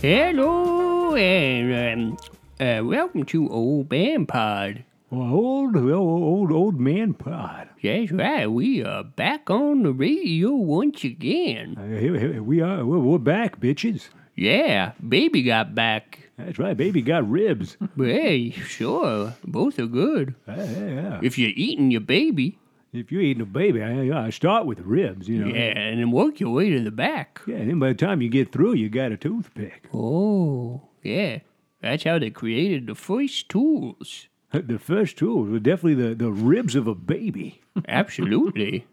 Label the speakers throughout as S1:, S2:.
S1: Hello, and um, uh, welcome to Old Man Pod.
S2: Well, old, old, old, old man pod.
S1: That's right, we are back on the radio once again.
S2: Uh, here- here we are. We're, we're back, bitches.
S1: Yeah, baby got back.
S2: That's right. Baby got ribs. Uh,
S1: Hey, sure, both are good.
S2: yeah, yeah.
S1: If you're eating your baby,
S2: If you're eating a baby, I, I start with ribs, you know.
S1: yeah, and then work your way to the back.
S2: Yeah, and then by the time you get through, you got a toothpick.
S1: Oh, yeah, that's how they created the first tools.
S2: Uh, The first tools were definitely the, the ribs of a baby.
S1: Absolutely.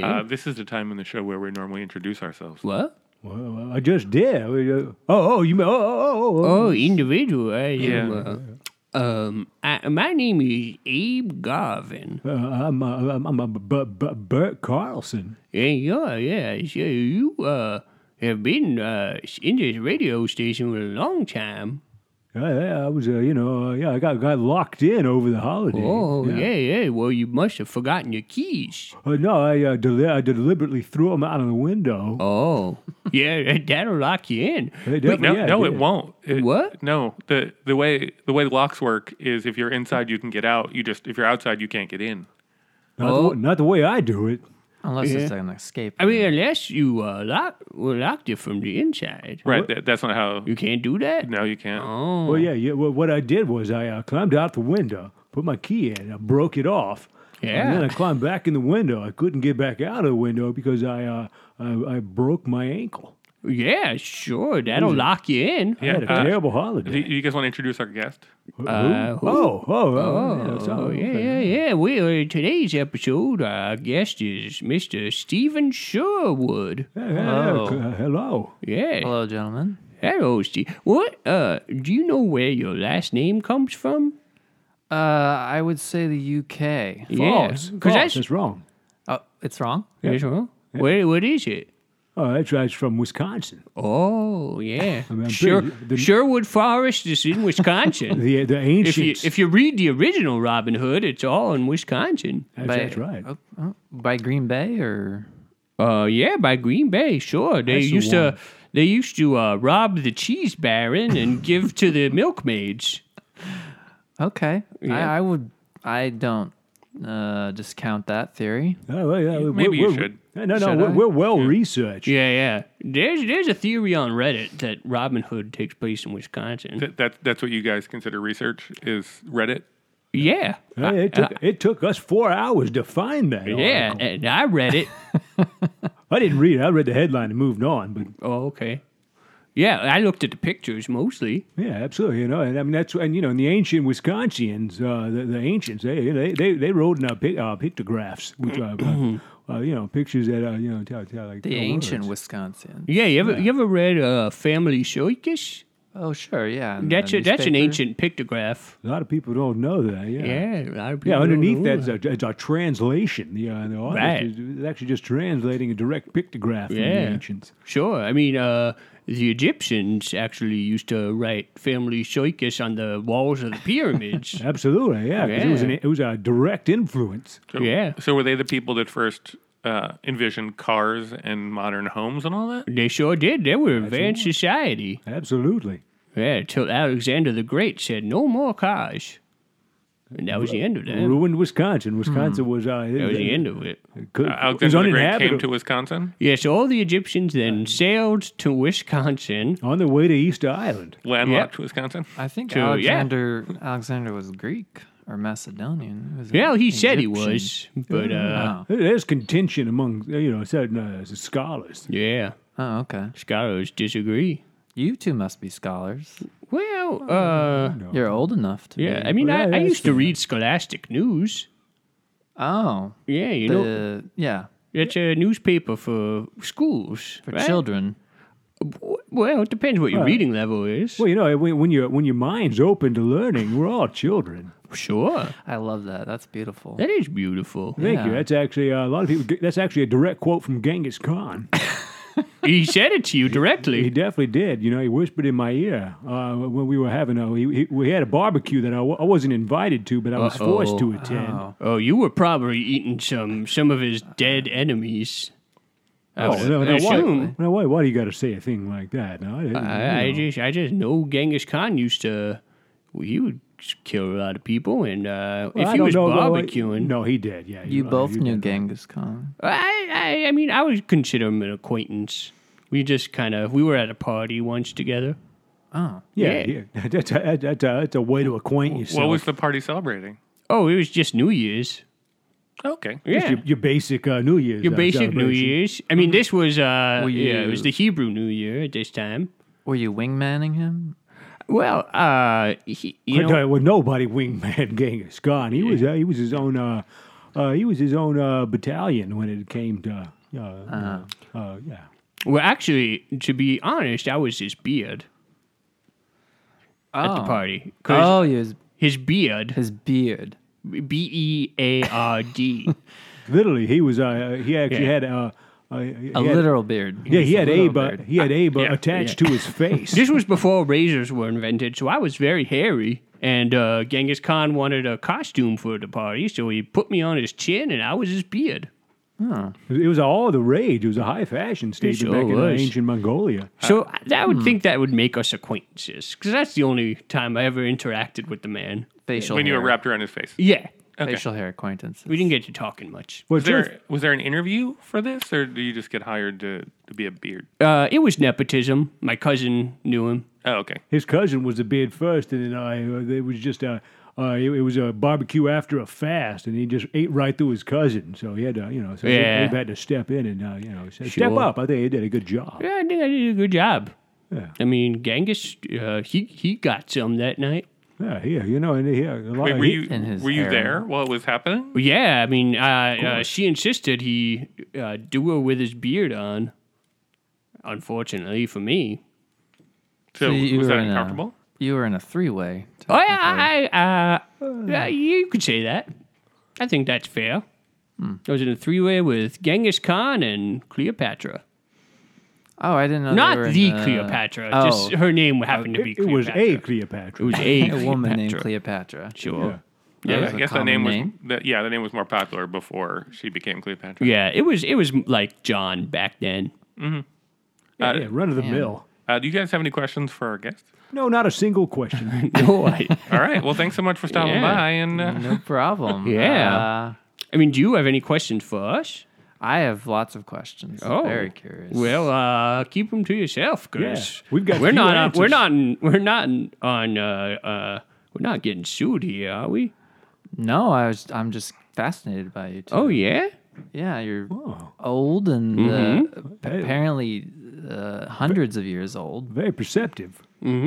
S3: Uh, this is the time in the show where we normally introduce ourselves.
S1: What?
S2: Well, I just did. Oh, oh, you mean, oh, oh, oh, oh.
S1: Oh, individual. I am,
S3: Yeah.
S1: uh, um, I, my name is Abe Garvin.
S2: Uh, I'm, uh, I'm, I'm a B- B- Bert Carlson.
S1: And yeah, yeah. So you uh, have been uh, in this radio station for a long time.
S2: Uh, yeah, I was, uh, you know, uh, yeah, I got, got locked in over the holiday.
S1: Oh, yeah. yeah, Well, you must have forgotten your keys.
S2: Uh, no, I, uh, deli- I deliberately threw them out of the window.
S1: Oh, yeah. that- That'll lock you in.
S2: They
S3: Wait, no,
S2: definitely- yeah,
S3: no,
S2: they
S3: it
S2: did.
S3: won't. It-
S1: What?
S3: No, the the way the way locks work is if you're inside, you can get out. You just if you're outside, you can't get in.
S2: Not, the,
S1: Oh.
S2: wa- not the way I do it.
S4: Unless it's an escape.
S1: I mean, unless you uh, lock well, locked it from the inside.
S3: Right? That, that's not how.
S1: You can't do that.
S3: No, you can't.
S1: Oh,
S2: Well, yeah, yeah. Well, what I did was I uh, climbed out the window, put my key in, I broke it off.
S1: Yeah.
S2: And then I climbed back in the window. I couldn't get back out of the window because I uh, I, I broke my ankle.
S1: yeah. Sure, that'll lock you in.
S2: I had a
S3: uh,
S2: terrible
S3: Do
S2: holiday.
S3: you you guys want to introduce our guest?
S2: Who-
S1: uh,
S2: who? Oh, oh, oh, yeah,
S1: Oh,
S2: so-
S1: yeah,
S2: okay.
S1: yeah, yeah. We uh, today's episode, our guest is Mr. Stephen Sherwood.
S2: Yeah, yeah, yeah. Uh,
S4: Oh.
S2: hello.
S1: Yeah, hello,
S4: Hello, gentlemen.
S1: Steve. What? Uh, do you know where your last name comes from?
S4: Uh, I would say the UK.
S2: False.
S1: Yeah,
S2: False.
S1: because that's
S2: That's wrong.
S4: Oh, it's wrong.
S1: that's wrong. Where? What is it?
S2: Oh, that's right. It's from Wisconsin.
S1: Oh, yeah.
S2: mean, I'm
S1: Sher-
S2: pretty- the-
S1: Sherwood Forest is in Wisconsin.
S2: The the
S1: if you
S2: ancient.
S1: if you read the original Robin Hood, it's all in Wisconsin.
S2: that's,
S4: By-
S2: that's right.
S4: Oh, oh, by Green Bay or
S1: Uh, yeah, by Green Bay, sure. They
S2: That's the
S1: used
S2: one.
S1: to they used to uh, rob the cheese baron and give to the milkmaids.
S4: okay. I, I would. I don't uh, discount that theory.
S2: Oh, well, yeah, we're-
S3: Maybe you
S2: we're-
S3: should.
S2: No, no,
S4: Should
S2: we're,
S4: I?
S2: we're well researched.
S1: Yeah, yeah. There's there's a theory on Reddit that Robin Hood takes place in Wisconsin.
S3: That, that that's what you guys consider research is Reddit.
S1: yeah,
S2: Uh, it, took, it took us four hours to find that.
S1: yeah.
S2: article.
S1: And I read it.
S2: I didn't read it. I read the headline and moved on. But
S1: oh, okay. Yeah, I looked at the pictures mostly.
S2: yeah, absolutely. You know, and I mean that's and you know, in the ancient Wisconsians, uh, the, the ancients, they they they, they wrote in uh, pic, uh, pictographs, which are uh, uh, you know pictures that uh, you know tell, tell like
S4: The
S2: tell
S4: ancient
S2: words.
S4: Wisconsin.
S1: Yeah, you ever you ever read uh, Family Circus?
S4: Oh, sure. Yeah. and
S1: That's
S4: the
S1: a, that's an
S4: newspaper.
S1: ancient pictograph.
S2: A lot of people don't know that. Yeah.
S1: Yeah, a lot of people
S2: Yeah,
S1: don't
S2: underneath
S1: know
S2: that's a, it's a translation. The, uh, the artist
S1: Right.
S2: is is actually just translating a direct pictograph from
S1: Yeah.
S2: the ancients.
S1: Sure. I mean, uh, the Egyptians actually used to write family circus on the walls of the pyramids.
S2: Absolutely, yeah. 'cause It was an,
S1: Yeah.
S2: it was a direct influence.
S3: So,
S1: Yeah.
S3: So were they the people that first uh, envisioned cars and modern homes and all that?
S1: they sure did. They were advanced society.
S2: Absolutely.
S1: Yeah, till Alexander the Great said, no more cars. And that was the end of that.
S2: ruined Wisconsin. Wisconsin was uh, it,
S1: That was the
S2: it-
S1: end of it.
S2: it could-
S3: Uh,
S2: it was
S3: Alexander the Great came
S2: uninhabitable.
S3: to Wisconsin.
S1: Yes, all the Egyptians then sailed to Wisconsin.
S2: on their way to Easter Island.
S3: Landlocked Wisconsin.
S4: I think
S1: To- yeah.
S4: Alexander Alexander was Greek or Macedonian. He was
S1: Well, he said he
S4: Egyptian.
S1: was, but uh,
S4: Oh.
S2: There's contention among you know certain uh, scholars.
S1: yeah,
S4: oh, okay.
S1: scholars disagree.
S4: You two must be scholars. Oh,
S1: Well, uh,
S4: You're old enough to
S1: yeah,
S4: be.
S1: I mean, I,
S2: Yeah,
S1: I
S2: that's
S1: used to
S2: true.
S1: read Scholastic News.
S4: Oh,
S1: Yeah, you know,
S4: the, yeah,
S1: It's a newspaper for schools
S4: for
S1: right?
S4: children.
S1: W- Well, it depends what your reading level is.
S2: Well, you know when, when your when your mind's open to learning, we're all children.
S1: Sure,
S4: I love that. That's beautiful.
S1: that is beautiful.
S2: Thank you.
S4: Yeah.
S2: That's actually uh, a lot of people. That's actually a direct quote from Genghis Khan.
S1: he said it to you
S2: he
S1: directly.
S2: definitely did. You know, he whispered in my ear uh, when we were having a. He, he, we had a barbecue that I w- I wasn't invited to, but I was forced to attend.
S4: Oh.
S1: Oh, you were probably eating some some of his dead enemies.
S2: Oh, no, no, why,
S1: assume.
S2: no, why, why do you got to say a thing like that? No, I, didn't-
S1: I, I
S2: you know.
S1: just I just know Genghis Khan used to he would kill a lot of people, and uh,
S2: Well,
S1: if
S2: I
S1: he
S2: don't
S1: was
S2: know, though, I-
S1: barbecuing,
S2: No, he did. Yeah,
S4: You
S2: right,
S4: both
S2: he
S4: knew
S2: did.
S4: Genghis Khan.
S1: I, I I mean I would consider him an acquaintance. We just kind of we were at a party once together.
S4: Oh,
S2: Yeah,
S1: Yeah.
S2: yeah. that's, a, that's, a, that's a way to acquaint yourself.
S3: What was the party celebrating?
S1: Oh, it was just New Year's.
S3: Okay.
S1: Yeah,
S2: your, your basic uh, New Year's?
S1: your
S2: uh,
S1: basic New
S2: celebration. Mm-hmm.
S1: Year's. I mean, this was uh,
S4: Were
S1: yeah, it was the
S4: you-
S1: Hebrew New Year at this time.
S4: were you wingmanning him?
S1: Well, uh, he, you
S2: But,
S1: know,
S2: uh, well, nobody wingman Genghis Khan. He was uh, he was his own uh, uh, he was his own uh, battalion when it came to uh, uh,
S4: Uh-huh.
S2: uh, yeah.
S1: well, actually, to be honest, I was his beard
S4: Oh.
S1: at the party. 'Cause
S4: Oh, his
S1: his beard,
S4: his beard.
S1: B E A R D.
S2: Literally, he was uh, he actually
S1: Yeah.
S2: had uh, uh, he
S4: A
S2: had-
S4: literal beard.
S2: Yeah, he
S4: It's a
S2: had
S4: little
S2: Aba.
S4: beard.
S2: He had Aba
S1: yeah,
S2: attached to his face.
S1: This was before razors were invented, so I was very hairy. And uh, Genghis Khan wanted a costume for the party, so he put me on his chin, and I was his beard.
S2: it was all the rage. It was a high fashion statement
S1: sure
S2: back in
S1: was.
S2: ancient Mongolia.
S1: So I, I would think that would make us acquaintances, because that's the only time I ever interacted with the man.
S4: Facial
S3: When you
S4: hair.
S3: were wrapped around his face.
S1: Yeah,
S4: Facial hair acquaintance.
S1: we didn't get to talking much.
S2: Well,
S3: Was there was there an interview for this, or do you just get hired to, to be a beard?
S1: Uh, it was nepotism. My cousin knew him.
S3: Oh, okay.
S2: his cousin was the beard first, and then I it was just a uh, it, it was a barbecue after a fast, and he just ate right through his cousin. So he had to, you know, so
S1: Yeah.
S2: he, had to step in and uh, you know say, step
S1: Sure.
S2: up. I think he did a good job.
S1: Yeah, I think I did a good job.
S2: Yeah.
S1: I mean, Genghis, uh, he he got some that night.
S2: Yeah, yeah, you know, and yeah, a
S1: Oh,
S2: lot
S3: Wait,
S2: of
S3: were
S2: he-
S3: you
S4: In his
S3: were you
S4: era.
S3: there while it was happening?
S1: Yeah, I mean, uh, uh, she insisted he uh, do her with his beard on. Unfortunately for me,
S3: So,
S4: you
S3: was that
S4: were in a-
S3: uncomfortable?
S4: You were in a three way.
S1: oh yeah, I, uh, uh, you could say that. I think that's fair. I was in a three-way with Genghis Khan and Cleopatra.
S4: Oh, I didn't know. they were
S1: Not
S4: in
S1: the Cleopatra.
S4: Oh,
S1: Just her name happened to be.
S2: Uh, it, it was
S1: Cleopatra.
S2: a Cleopatra.
S1: It was a,
S4: a woman named
S1: Cleopatra.
S4: Cleopatra.
S1: Sure.
S3: Yeah,
S4: was
S3: I
S4: a
S3: guess that
S4: common
S3: name,
S4: name.
S3: was that, yeah, the name was more popular before she became Cleopatra.
S1: Yeah, it was. It was like John back then.
S3: Uh,
S2: yeah, run of the mill.
S3: uh, do you guys have any questions for our guest?
S2: No, not a single question.
S1: No, I,
S3: All right. Well, thanks so much for stopping
S1: Yeah.
S3: by. And uh,
S4: No problem.
S1: Yeah.
S4: Uh,
S1: I mean, do you have any questions for us?
S4: I have lots of questions.
S1: Oh,
S4: very curious.
S1: Well, uh, keep them to yourself, because
S2: Yeah, we've got
S1: we're
S2: few
S1: not on,
S2: answers.
S1: we're not in- we're not in- on uh, uh, we're not getting sued here, are we?
S4: no, I was. I'm just fascinated by you. Too.
S1: Oh yeah,
S4: yeah, you're
S2: Oh.
S4: old and
S1: Mm-hmm.
S4: uh, apparently uh, hundreds of years old.
S2: Very perceptive.
S4: Well,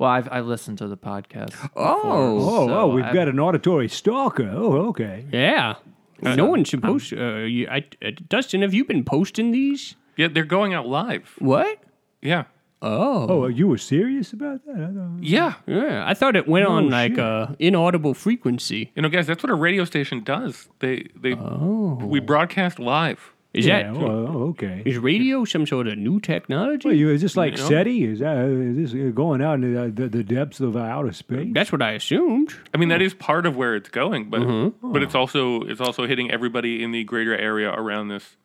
S4: I've I've listened to the podcast.
S1: Oh.
S4: before,
S2: Oh,
S4: so
S2: oh, we've
S4: I've-
S2: got an auditory stalker. Oh, okay.
S1: yeah. no one's supposed. Uh, you, I, uh, Dustin, have you been posting these?
S3: yeah, they're going out live.
S1: What?
S3: Yeah.
S1: Oh,
S2: Oh, you were serious about that? I don't-
S3: Yeah.
S1: yeah. I thought it went on like
S2: shit.
S1: a inaudible frequency.
S3: You know, guys, that's what a radio station does. They they
S4: Oh.
S3: we broadcast live.
S1: Is
S2: yeah.
S1: that is
S2: well, oh, okay.
S1: radio some sort of new technology?
S2: Well, you, is this like
S3: You know?
S2: SETI? Is that is this going out into the, the, the depths of outer space?
S1: That's what I assumed.
S3: I mean, that is part of where it's going, but but it's also it's also hitting everybody in the greater area around this.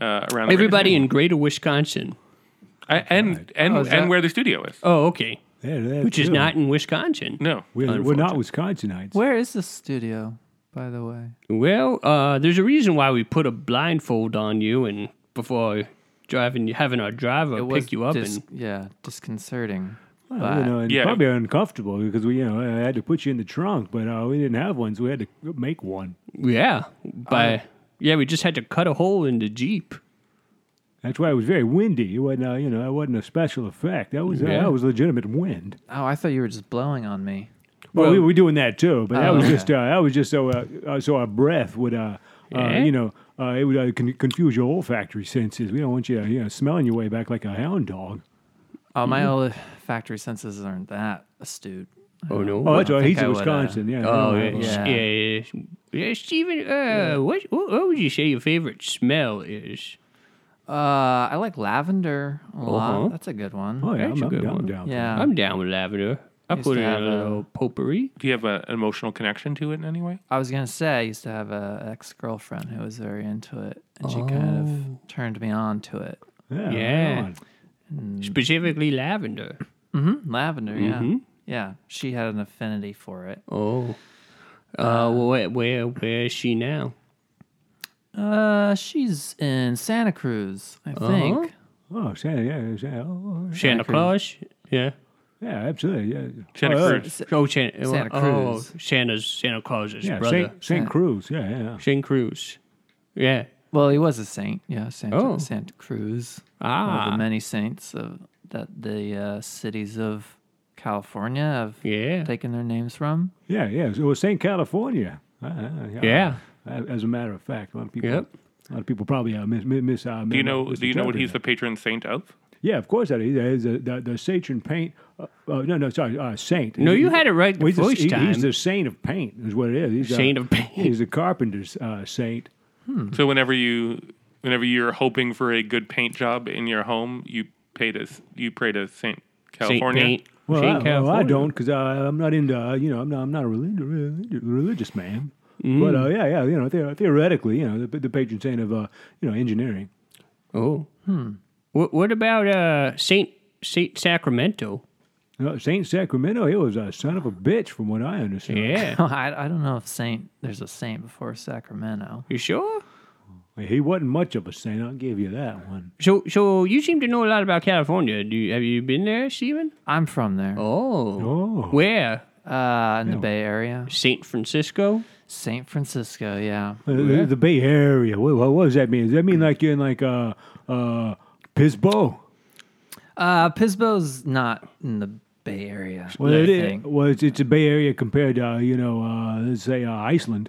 S3: Uh, around the radio
S1: Everybody
S3: station.
S1: in Greater Wisconsin.
S3: I, and and
S4: Oh,
S3: and
S4: is that-
S3: where the studio is.
S1: Oh, okay.
S2: Yeah, that
S1: Which is
S2: too.
S1: not in Wisconsin.
S3: No,
S2: We're, we're not Wisconsinites.
S4: Where is the studio, by the way?
S1: Well, uh, there's a reason why we put a blindfold on you and before driving, having our driver pick you up
S4: dis-
S1: and
S4: yeah, disconcerting.
S2: Well,
S4: but-
S2: you know, and
S3: Yeah.
S2: probably uncomfortable because we, you know, I had to put you in the trunk, but uh, we didn't have one, so we had to make one.
S1: yeah, by yeah, we just had to cut a hole in the jeep.
S2: That's why it was very windy. It wasn't, uh, you know, that wasn't a special effect. That was uh,
S1: Yeah.
S2: that was legitimate wind.
S4: Oh, I thought you were just blowing on me.
S2: Well,
S1: Well-
S2: we were doing that too, but that
S4: Oh,
S2: was
S4: okay.
S2: just uh, that was just so uh, uh, so our breath would, uh,
S1: Yeah.
S2: uh, you know, uh, it would uh, con- confuse your olfactory senses. We don't want you, uh, you know, smelling your way back like a hound dog.
S4: Oh, my
S2: Mm-hmm.
S4: olfactory senses aren't that astute.
S1: Oh no!
S2: Oh, that's
S4: I
S2: right.
S4: think
S2: He's in
S4: I would, uh,
S2: Wisconsin. yeah.
S1: Oh,
S2: yeah.
S1: yeah, yeah,
S4: Yeah.
S1: yeah. yeah. Steven, uh, What, what what would you say your favorite smell is?
S4: Uh, I like lavender a
S1: Uh-huh.
S4: lot. That's a good one.
S2: Oh, yeah.
S1: That's
S2: I'm,
S1: a
S2: I'm
S1: good
S2: down,
S1: one.
S2: down.
S4: Yeah.
S1: I'm down with Uh, lavender. I
S4: Used
S1: put
S4: to
S1: in a
S4: have a-
S1: little potpourri.
S3: Do you have a, an emotional connection to it in any way?
S4: I was gonna say I used to have a ex girlfriend who was very into it, and she
S1: Oh.
S4: kind of turned me on to it.
S2: Yeah.
S1: Yeah.
S2: right on.
S1: Mm. Specifically lavender.
S4: Mm-hmm. Lavender, yeah, yeah. She had an affinity for it.
S1: Oh. Uh, where, where where is she now?
S4: Uh, she's in Santa Cruz, I
S1: Uh-huh.
S4: think.
S2: Oh, Santa, yeah, Santa, oh,
S1: Santa Claus? Yeah.
S2: yeah, absolutely, yeah.
S3: Santa
S2: oh,
S3: Cruz.
S4: S-
S1: Oh, Santa,
S4: Santa
S1: oh,
S4: Cruz.
S1: Santa's Santa Claus's
S2: yeah,
S1: brother,
S2: Saint, Saint Cruz, yeah, yeah.
S1: Saint Cruz. Yeah.
S4: Well, he was a saint. Yeah, Santa,
S1: Oh.
S4: Santa Cruz. One of
S1: Ah.
S4: the many saints of, that the uh, cities of California have
S1: Yeah.
S4: taken their names from.
S2: Yeah, yeah. It was St. California. Uh, uh,
S1: Yeah.
S2: Uh, As a matter of fact, a lot of people.
S1: Yep.
S2: A lot of people probably uh, miss, miss, miss uh,
S3: Do you know? Do you know what he's the patron saint of?
S2: Yeah, of course that is. That is uh, the, the, the Satan paint. Uh, uh, no, no, sorry, uh, saint.
S1: No, you had it right the
S2: he's the-
S1: first
S2: he-
S1: time.
S2: He's the saint of paint, is what it is. He's, uh,
S1: Saint of paint.
S2: He's the carpenter's uh, saint.
S3: So whenever you, whenever you're hoping for a good paint job in your home, you pay to you pray to Saint
S1: Saint
S3: California.
S1: Paint.
S2: Well,
S1: Saint
S2: I, well, I
S1: California.
S2: don't because I'm not into uh, you know I'm not, I'm not a religious, religious man. But uh, yeah, yeah, you know the, theoretically, you know the, the patron saint of uh, you know engineering.
S1: Oh. Hmm. What, what about uh, Saint Saint Sacramento?
S2: Uh, saint Sacramento, he was a son of a bitch, from what I understand.
S1: Yeah.
S4: I, I don't know if Saint there's a Saint before Sacramento.
S1: you sure?
S2: He wasn't much of a saint. I'll give you that one.
S1: So, so you seem to know a lot about California. Do you, have you been there, Stephen?
S4: I'm from there,
S1: Oh.
S2: Oh,
S1: Where?
S4: uh, in the Bay Area,
S1: Saint Francisco.
S4: Saint Francisco. Yeah,
S2: Uh, the, the Bay Area. What, what, what does that mean? Does that mean like you're in like uh uh Pisbo?
S4: uh, Pisbo's not in the Bay Area.
S2: Well, it
S4: I
S2: is.
S4: think.
S2: Well, it's, it's a Bay Area compared to uh, you know uh, let's say uh, Iceland.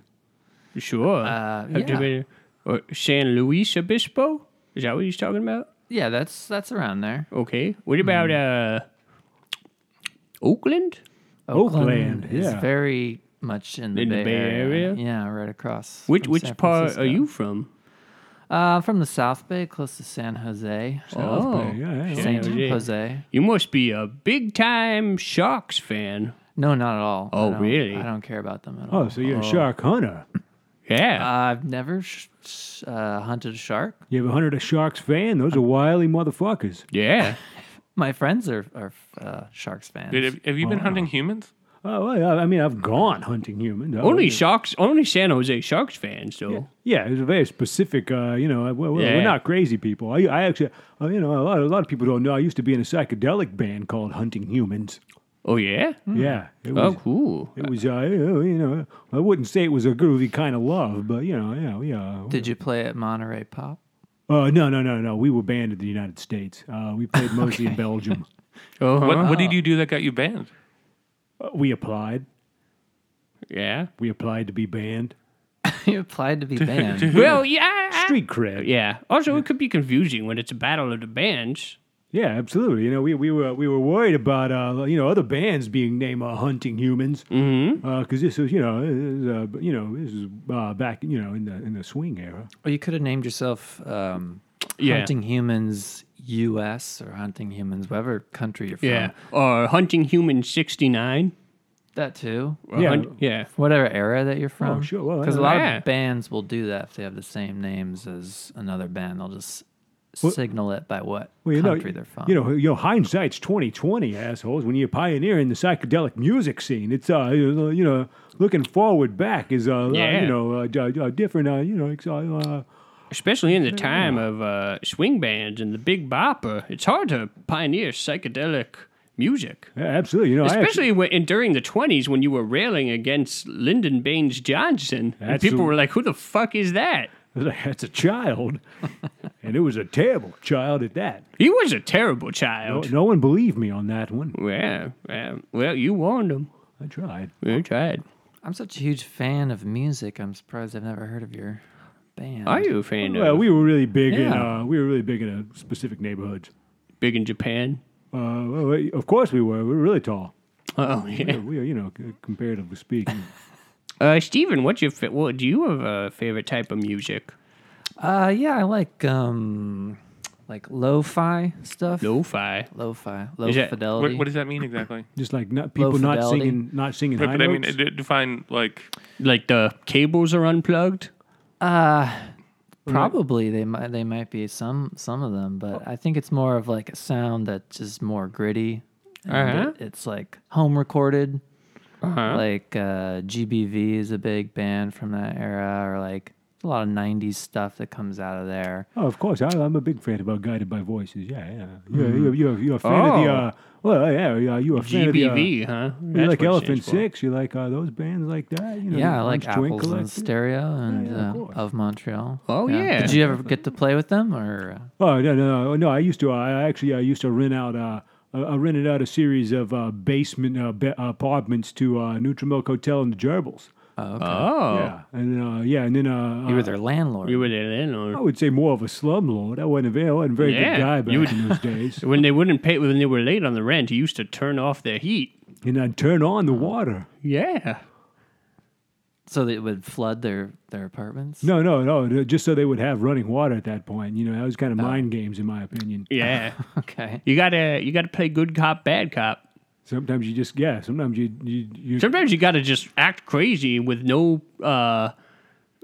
S1: You Sure.
S4: Uh,
S1: Have you
S4: yeah.
S1: been- or San Luis Obispo? Is that what he's talking about?
S4: Yeah, that's that's around there.
S1: Okay. What about uh, Oakland?
S2: Oakland,
S4: is
S2: yeah.
S4: very much in the,
S1: In the
S4: Bay,
S1: Bay
S4: Area.
S1: Area?
S4: Yeah, right across.
S1: Which
S4: from
S1: which
S4: San
S1: part are
S4: Francisco.
S1: you from?
S4: Uh, from the South Bay, close to San Jose.
S1: oh,
S2: yeah, yeah.
S4: San
S1: San Jose.
S4: Jose.
S1: You must be a big time Sharks fan.
S4: No, not at all. I
S1: Oh,
S4: don't-
S1: really?
S4: I don't care about them at all.
S2: Oh, so you're a shark hunter.
S1: Yeah.
S4: I've never sh- sh- uh, hunted a shark.
S2: You ever hunted a sharks fan? Those are wily motherfuckers.
S1: yeah.
S4: My friends are are uh, sharks fans.
S3: Did- have, have you been hunting humans?
S2: Oh, well, yeah, I mean, I've gone hunting humans. Oh. I
S1: Only
S2: was-
S1: Sharks, only San Jose Sharks fans, though.
S2: Yeah, it was a very specific. Uh, you know, we're, we're- we're
S1: Yeah.
S2: not crazy people. I, I actually, uh, you know, a lot, a lot of people don't know. I used to be in a psychedelic band called Hunting Humans.
S1: Oh yeah.
S2: Yeah, it
S1: Oh
S2: was.
S1: cool.
S2: It was, uh, you know, I wouldn't say it was a groovy kind of love, but you know, yeah, yeah.
S4: Did you play at Monterey Pop?
S2: Uh, no, no, no, no. We were banned in the United States. Uh, we played mostly in Belgium.
S1: Uh-huh.
S3: What What did you do that got you banned?
S2: Uh, we applied.
S1: Yeah.
S2: We applied to be banned.
S4: you applied to be banned.
S1: Well, yeah. I- I-
S2: Street cred.
S1: Yeah. Also, it could be confusing when it's a battle of the bands.
S2: Yeah, absolutely. You know, we, we were we were worried about uh, you know other bands being named uh, hunting humans because this was you know this is, uh, you know this is uh, back you know in the in the swing era.
S4: Or you could have named yourself um,
S1: Yeah.
S4: Hunting Humans U.S. or Hunting Humans, whatever country you're from.
S1: Yeah. Or hunting human sixty nine.
S4: That too.
S2: Yeah.
S1: yeah.
S4: Whatever era that you're from.
S2: Oh, sure. Well,
S4: Because a lot
S1: yeah.
S4: of bands will do that if they have the same names as another band. They'll just signal it by what
S2: Well, you
S4: country
S2: know,
S4: they're from.
S2: you know, you know, hindsight's twenty twenty, assholes. When you're pioneering the psychedelic music scene, it's uh, you know, you know, looking forward back is uh,
S1: Yeah.
S2: you know, uh, d- uh, different. Uh, you know, it's, uh,
S1: Especially in the time of uh, swing bands and the big bopper, it's hard to pioneer psychedelic music.
S2: uh, absolutely. You know, I actually-
S1: Especially when, and during the 20s when you were railing against Lyndon Baines Johnson. And people
S2: Absolute-
S1: were like, who the fuck is that?
S2: that's a child, and it was a terrible child at that.
S1: He was a terrible
S2: No,
S1: child.
S2: no one believed me on that one.
S1: Yeah, yeah. Well, you warned him.
S2: I tried.
S1: You tried.
S4: I'm such a huge fan of music. I'm surprised I've never heard of your band.
S1: Are you a fan
S2: Well,
S1: of
S2: we were really big in
S4: Yeah.
S2: uh, we were really big in uh, specific neighborhoods.
S1: Big in Japan?
S2: Uh, well, we- of course we were. We were really tall.
S1: Oh,
S2: We
S1: yeah.
S2: were, we were, you know, c- comparatively speaking.
S1: Uh, Steven, what's your, fa- what, do you have a favorite type of music?
S4: Uh, yeah, I like um, like lo-fi stuff.
S1: Lo-fi.
S4: Lo-fi, low
S1: Is that-
S4: fidelity.
S3: What, what does that mean exactly?
S2: Just like not, people not
S4: fidelity.
S2: singing, not singing
S3: But,
S2: high
S3: but I mean,
S2: notes.
S3: d- define like
S1: Like the cables are unplugged.
S4: Uh, Probably they might they might be some some of them, but I think it's more of like a sound that's just more gritty. and
S1: Uh-huh.
S4: it- it's like home recorded.
S1: Uh-huh.
S4: Like uh, GBV is a big band from that era, or like a lot of '90s stuff that comes out of there.
S2: oh, of course, I, I'm a big fan about Guided by Voices. Yeah, yeah. You're, you're, you're, you're a fan of the.
S1: Hmm. Oh.
S2: Uh, well, yeah, yeah, you're a fan of the. Uh,
S1: GBV, huh?
S2: you
S1: That's
S2: like
S1: what it
S2: Elephant
S1: stands for.
S2: Six. You like uh, those bands like that. You know,
S4: Yeah, I like
S2: Punch Drink
S4: Apples and
S2: Collective.
S4: Stereo and
S2: yeah, of
S4: uh,
S2: course.
S4: of Montreal.
S1: Oh, yeah.
S4: Did you ever get to play with them or? uh,
S2: Oh no, no, no, no! I used to. I actually I used to rent out. Uh, I I rented out a series of uh, basement uh, ba- apartments to uh, Nutrimilk Hotel in the Gerbils.
S4: Oh, okay.
S1: Oh,
S2: Yeah, and then, uh, yeah, and then uh,
S4: you were
S2: uh,
S4: their landlord.
S1: you were there then, or
S2: I would say more of a slumlord. I wasn't a very, I wasn't a very
S1: Yeah,
S2: good guy back
S1: you would-
S2: in those days.
S1: when they wouldn't pay when they were late on the rent, you used to turn off their heat.
S2: And I'd turn on
S1: Oh.
S2: the water.
S1: Yeah.
S4: so that it would flood their their apartments.
S2: No, no, no. Just so they would have running water at that point. You know, that was kind of mind games, in my opinion.
S1: Uh. Yeah.
S4: Okay.
S1: you gotta you gotta play good cop, bad cop.
S2: Sometimes you just, yeah. Sometimes you, you, you
S1: Sometimes you gotta just act crazy with no uh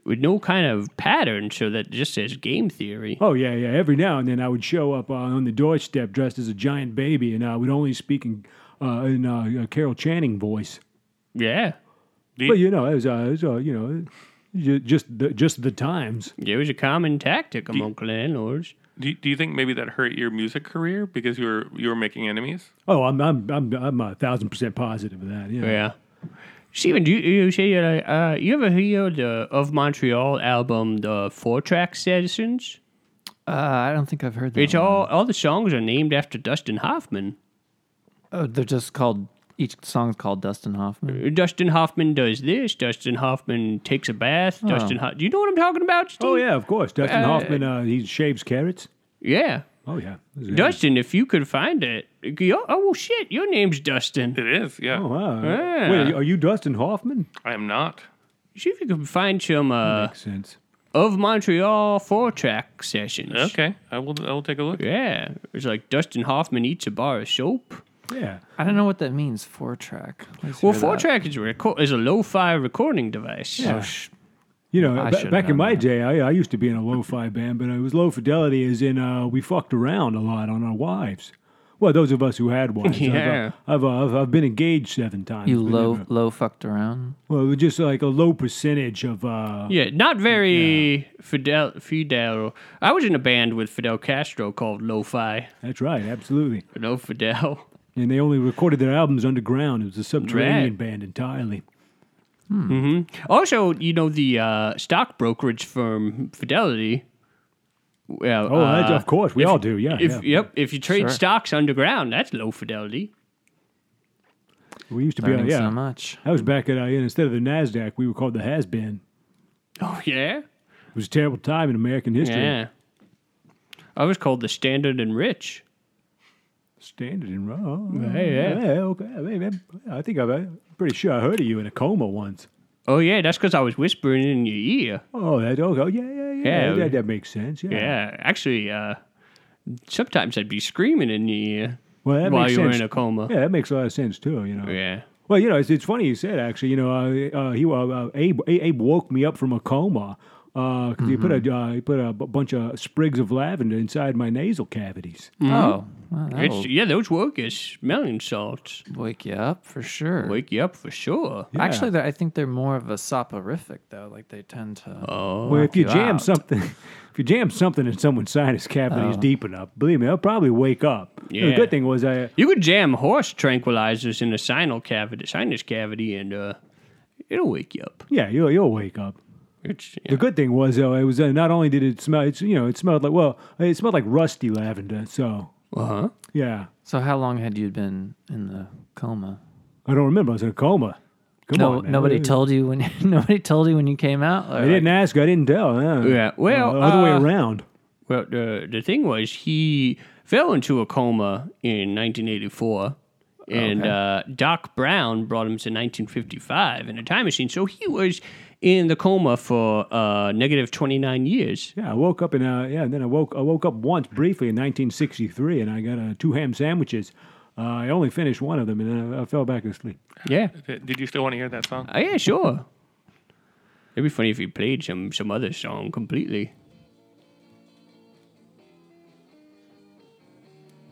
S1: with no kind of pattern so that it just says game theory.
S2: Oh yeah, yeah. Every now and then, I would show up uh, on the doorstep dressed as a giant baby, and I would only speak in uh, in uh, a Carol Channing voice.
S1: Yeah.
S2: But you know, it was, uh, it was, uh, you know, ju- just the, just the times.
S1: It was a common tactic among landlords.
S3: Do, do you think maybe that hurt your music career because you were you were making enemies?
S2: Oh, I'm I'm I'm, I'm a thousand percent positive of that. Yeah.
S1: Yeah. Steven, do you, you say uh, uh, you ever hear the Of Montreal album, the four track sessions?
S4: Uh, I don't think I've heard that.
S1: It's
S4: one.
S1: all all the songs are named after Dustin Hoffman.
S4: Oh, they're just called. Each song's called Dustin Hoffman.
S1: Dustin Hoffman does this. Dustin Hoffman takes a bath. Dustin, Ho- do you know what I'm talking about? Steve?
S2: Oh yeah, of course. Dustin
S1: Uh,
S2: Hoffman. Uh, he shaves carrots.
S1: yeah.
S2: Oh yeah.
S1: Dustin, if you could find it. you oh shit, your name's Dustin.
S3: It is, yeah.
S2: Oh wow.
S1: Yeah.
S2: Wait, are you Dustin Hoffman?
S3: I am not.
S1: See if you can find some uh,
S2: Makes sense.
S1: Of Montreal four track sessions.
S3: Okay, I will. I will take a look.
S1: Yeah, it's like Dustin Hoffman eats a bar of soap.
S2: Yeah.
S4: I don't know what that means. Four track. Let's
S1: Well,
S4: hear
S1: four
S4: that.
S1: track is a, reco- is a lo-fi recording device.
S2: Yeah.
S4: Oh, sh-
S2: You know,
S4: I
S2: ba-
S4: should've
S2: back in
S4: known
S2: my
S4: that.
S2: day, I, I used to be in a lo-fi band, but it was low fidelity, as in uh, we fucked around a lot on our wives. Well, those of us who had wives. I've, uh,
S1: Yeah.
S2: I've, uh, I've, I've been engaged seven times.
S4: you
S2: but
S4: low
S2: never-
S4: low fucked around.
S2: Well, it was just like a low percentage of. Uh,
S1: Yeah, not very Fidel. Fidel. I was in a band with Fidel Castro called Lo-Fi.
S2: That's right, absolutely.
S1: No Fidel.
S2: And they only recorded their albums underground. It was a subterranean
S1: Right.
S2: band entirely.
S1: Also, you know the uh, stock brokerage firm Fidelity. Well,
S2: Oh, that's,
S1: uh,
S2: of course, we
S1: if-
S2: all do. Yeah,
S1: If,
S2: yeah.
S1: Yep. If you trade
S4: Sure.
S1: stocks underground, that's low fidelity.
S2: We used to be. Uh,
S4: Learning
S2: yeah,
S4: so much.
S2: that was back at. Uh, instead of the Nasdaq, we were called the Has Been.
S1: Oh yeah.
S2: It was a terrible time in American history.
S1: Yeah. I was called the Standard and Rich.
S2: Standard and Raw.
S1: Hey, yeah.
S2: okay. I, mean, I think I've, I'm pretty sure I heard of you in a coma once.
S1: Oh yeah, that's because I was whispering in your ear.
S2: Oh, that okay. Yeah, yeah, yeah.
S1: Yeah,
S2: that,
S1: we-
S2: that makes sense. Yeah.
S1: Yeah, actually, uh, sometimes I'd be screaming in your ear
S2: Well, that
S1: while
S2: makes
S1: you were
S2: sense.
S1: in a coma.
S2: Yeah, that makes a lot of sense too. You know.
S1: Yeah.
S2: Well, you know, it's, it's funny you said actually. You know, uh, uh, he uh, uh, Abe, A- Abe woke me up from a coma. Uh, 'cause he put
S1: Mm-hmm.
S2: a uh, he put a b- bunch of sprigs of lavender inside my nasal cavities.
S4: Oh, well, that'll
S1: It's, yeah, those work as smelling salts.
S4: wake you up for sure.
S1: Wake you up for sure.
S2: Yeah.
S4: Actually, they're- I think they're more of a soporific though. Like they tend to.
S1: Oh.
S2: Well, if you
S4: you
S2: jam
S4: out.
S2: something, if you jam something in someone's sinus cavities deep enough, believe me, they'll probably wake up. The
S1: Uh. Yeah.
S2: good thing was I
S1: You could jam horse tranquilizers in the sinal cavity, sinus cavity, and uh, it'll wake you up.
S2: Yeah, you'll you'll wake up.
S1: It's,
S2: The
S1: yeah.
S2: good thing was though, it was uh, not only did it smell, it's you know, it smelled like well, it smelled like rusty lavender. So
S1: Uh-huh.
S2: yeah,
S4: So how long had you been in the coma?
S2: I don't remember. I was in a coma. Come
S4: no,
S2: on, man.
S4: nobody told you when. nobody told you when you came out. Or
S2: I didn't ask. I didn't tell. huh?
S1: Yeah, well,
S2: Uh, other way
S1: uh,
S2: around.
S1: Well, the, the thing was, he fell into a coma in 1984, and uh, Doc Brown brought him to 1955 in a time machine. So he was in the coma for uh, negative 29 years.
S2: Yeah, I woke up in uh, yeah, and then I woke I woke up once briefly in 1963, and I got uh, two ham sandwiches. Uh, I only finished one of them, and then I, I fell back asleep.
S1: Yeah.
S3: Did you still want to hear that song?
S1: Oh, yeah, sure. It'd be funny if you played some, some other song completely.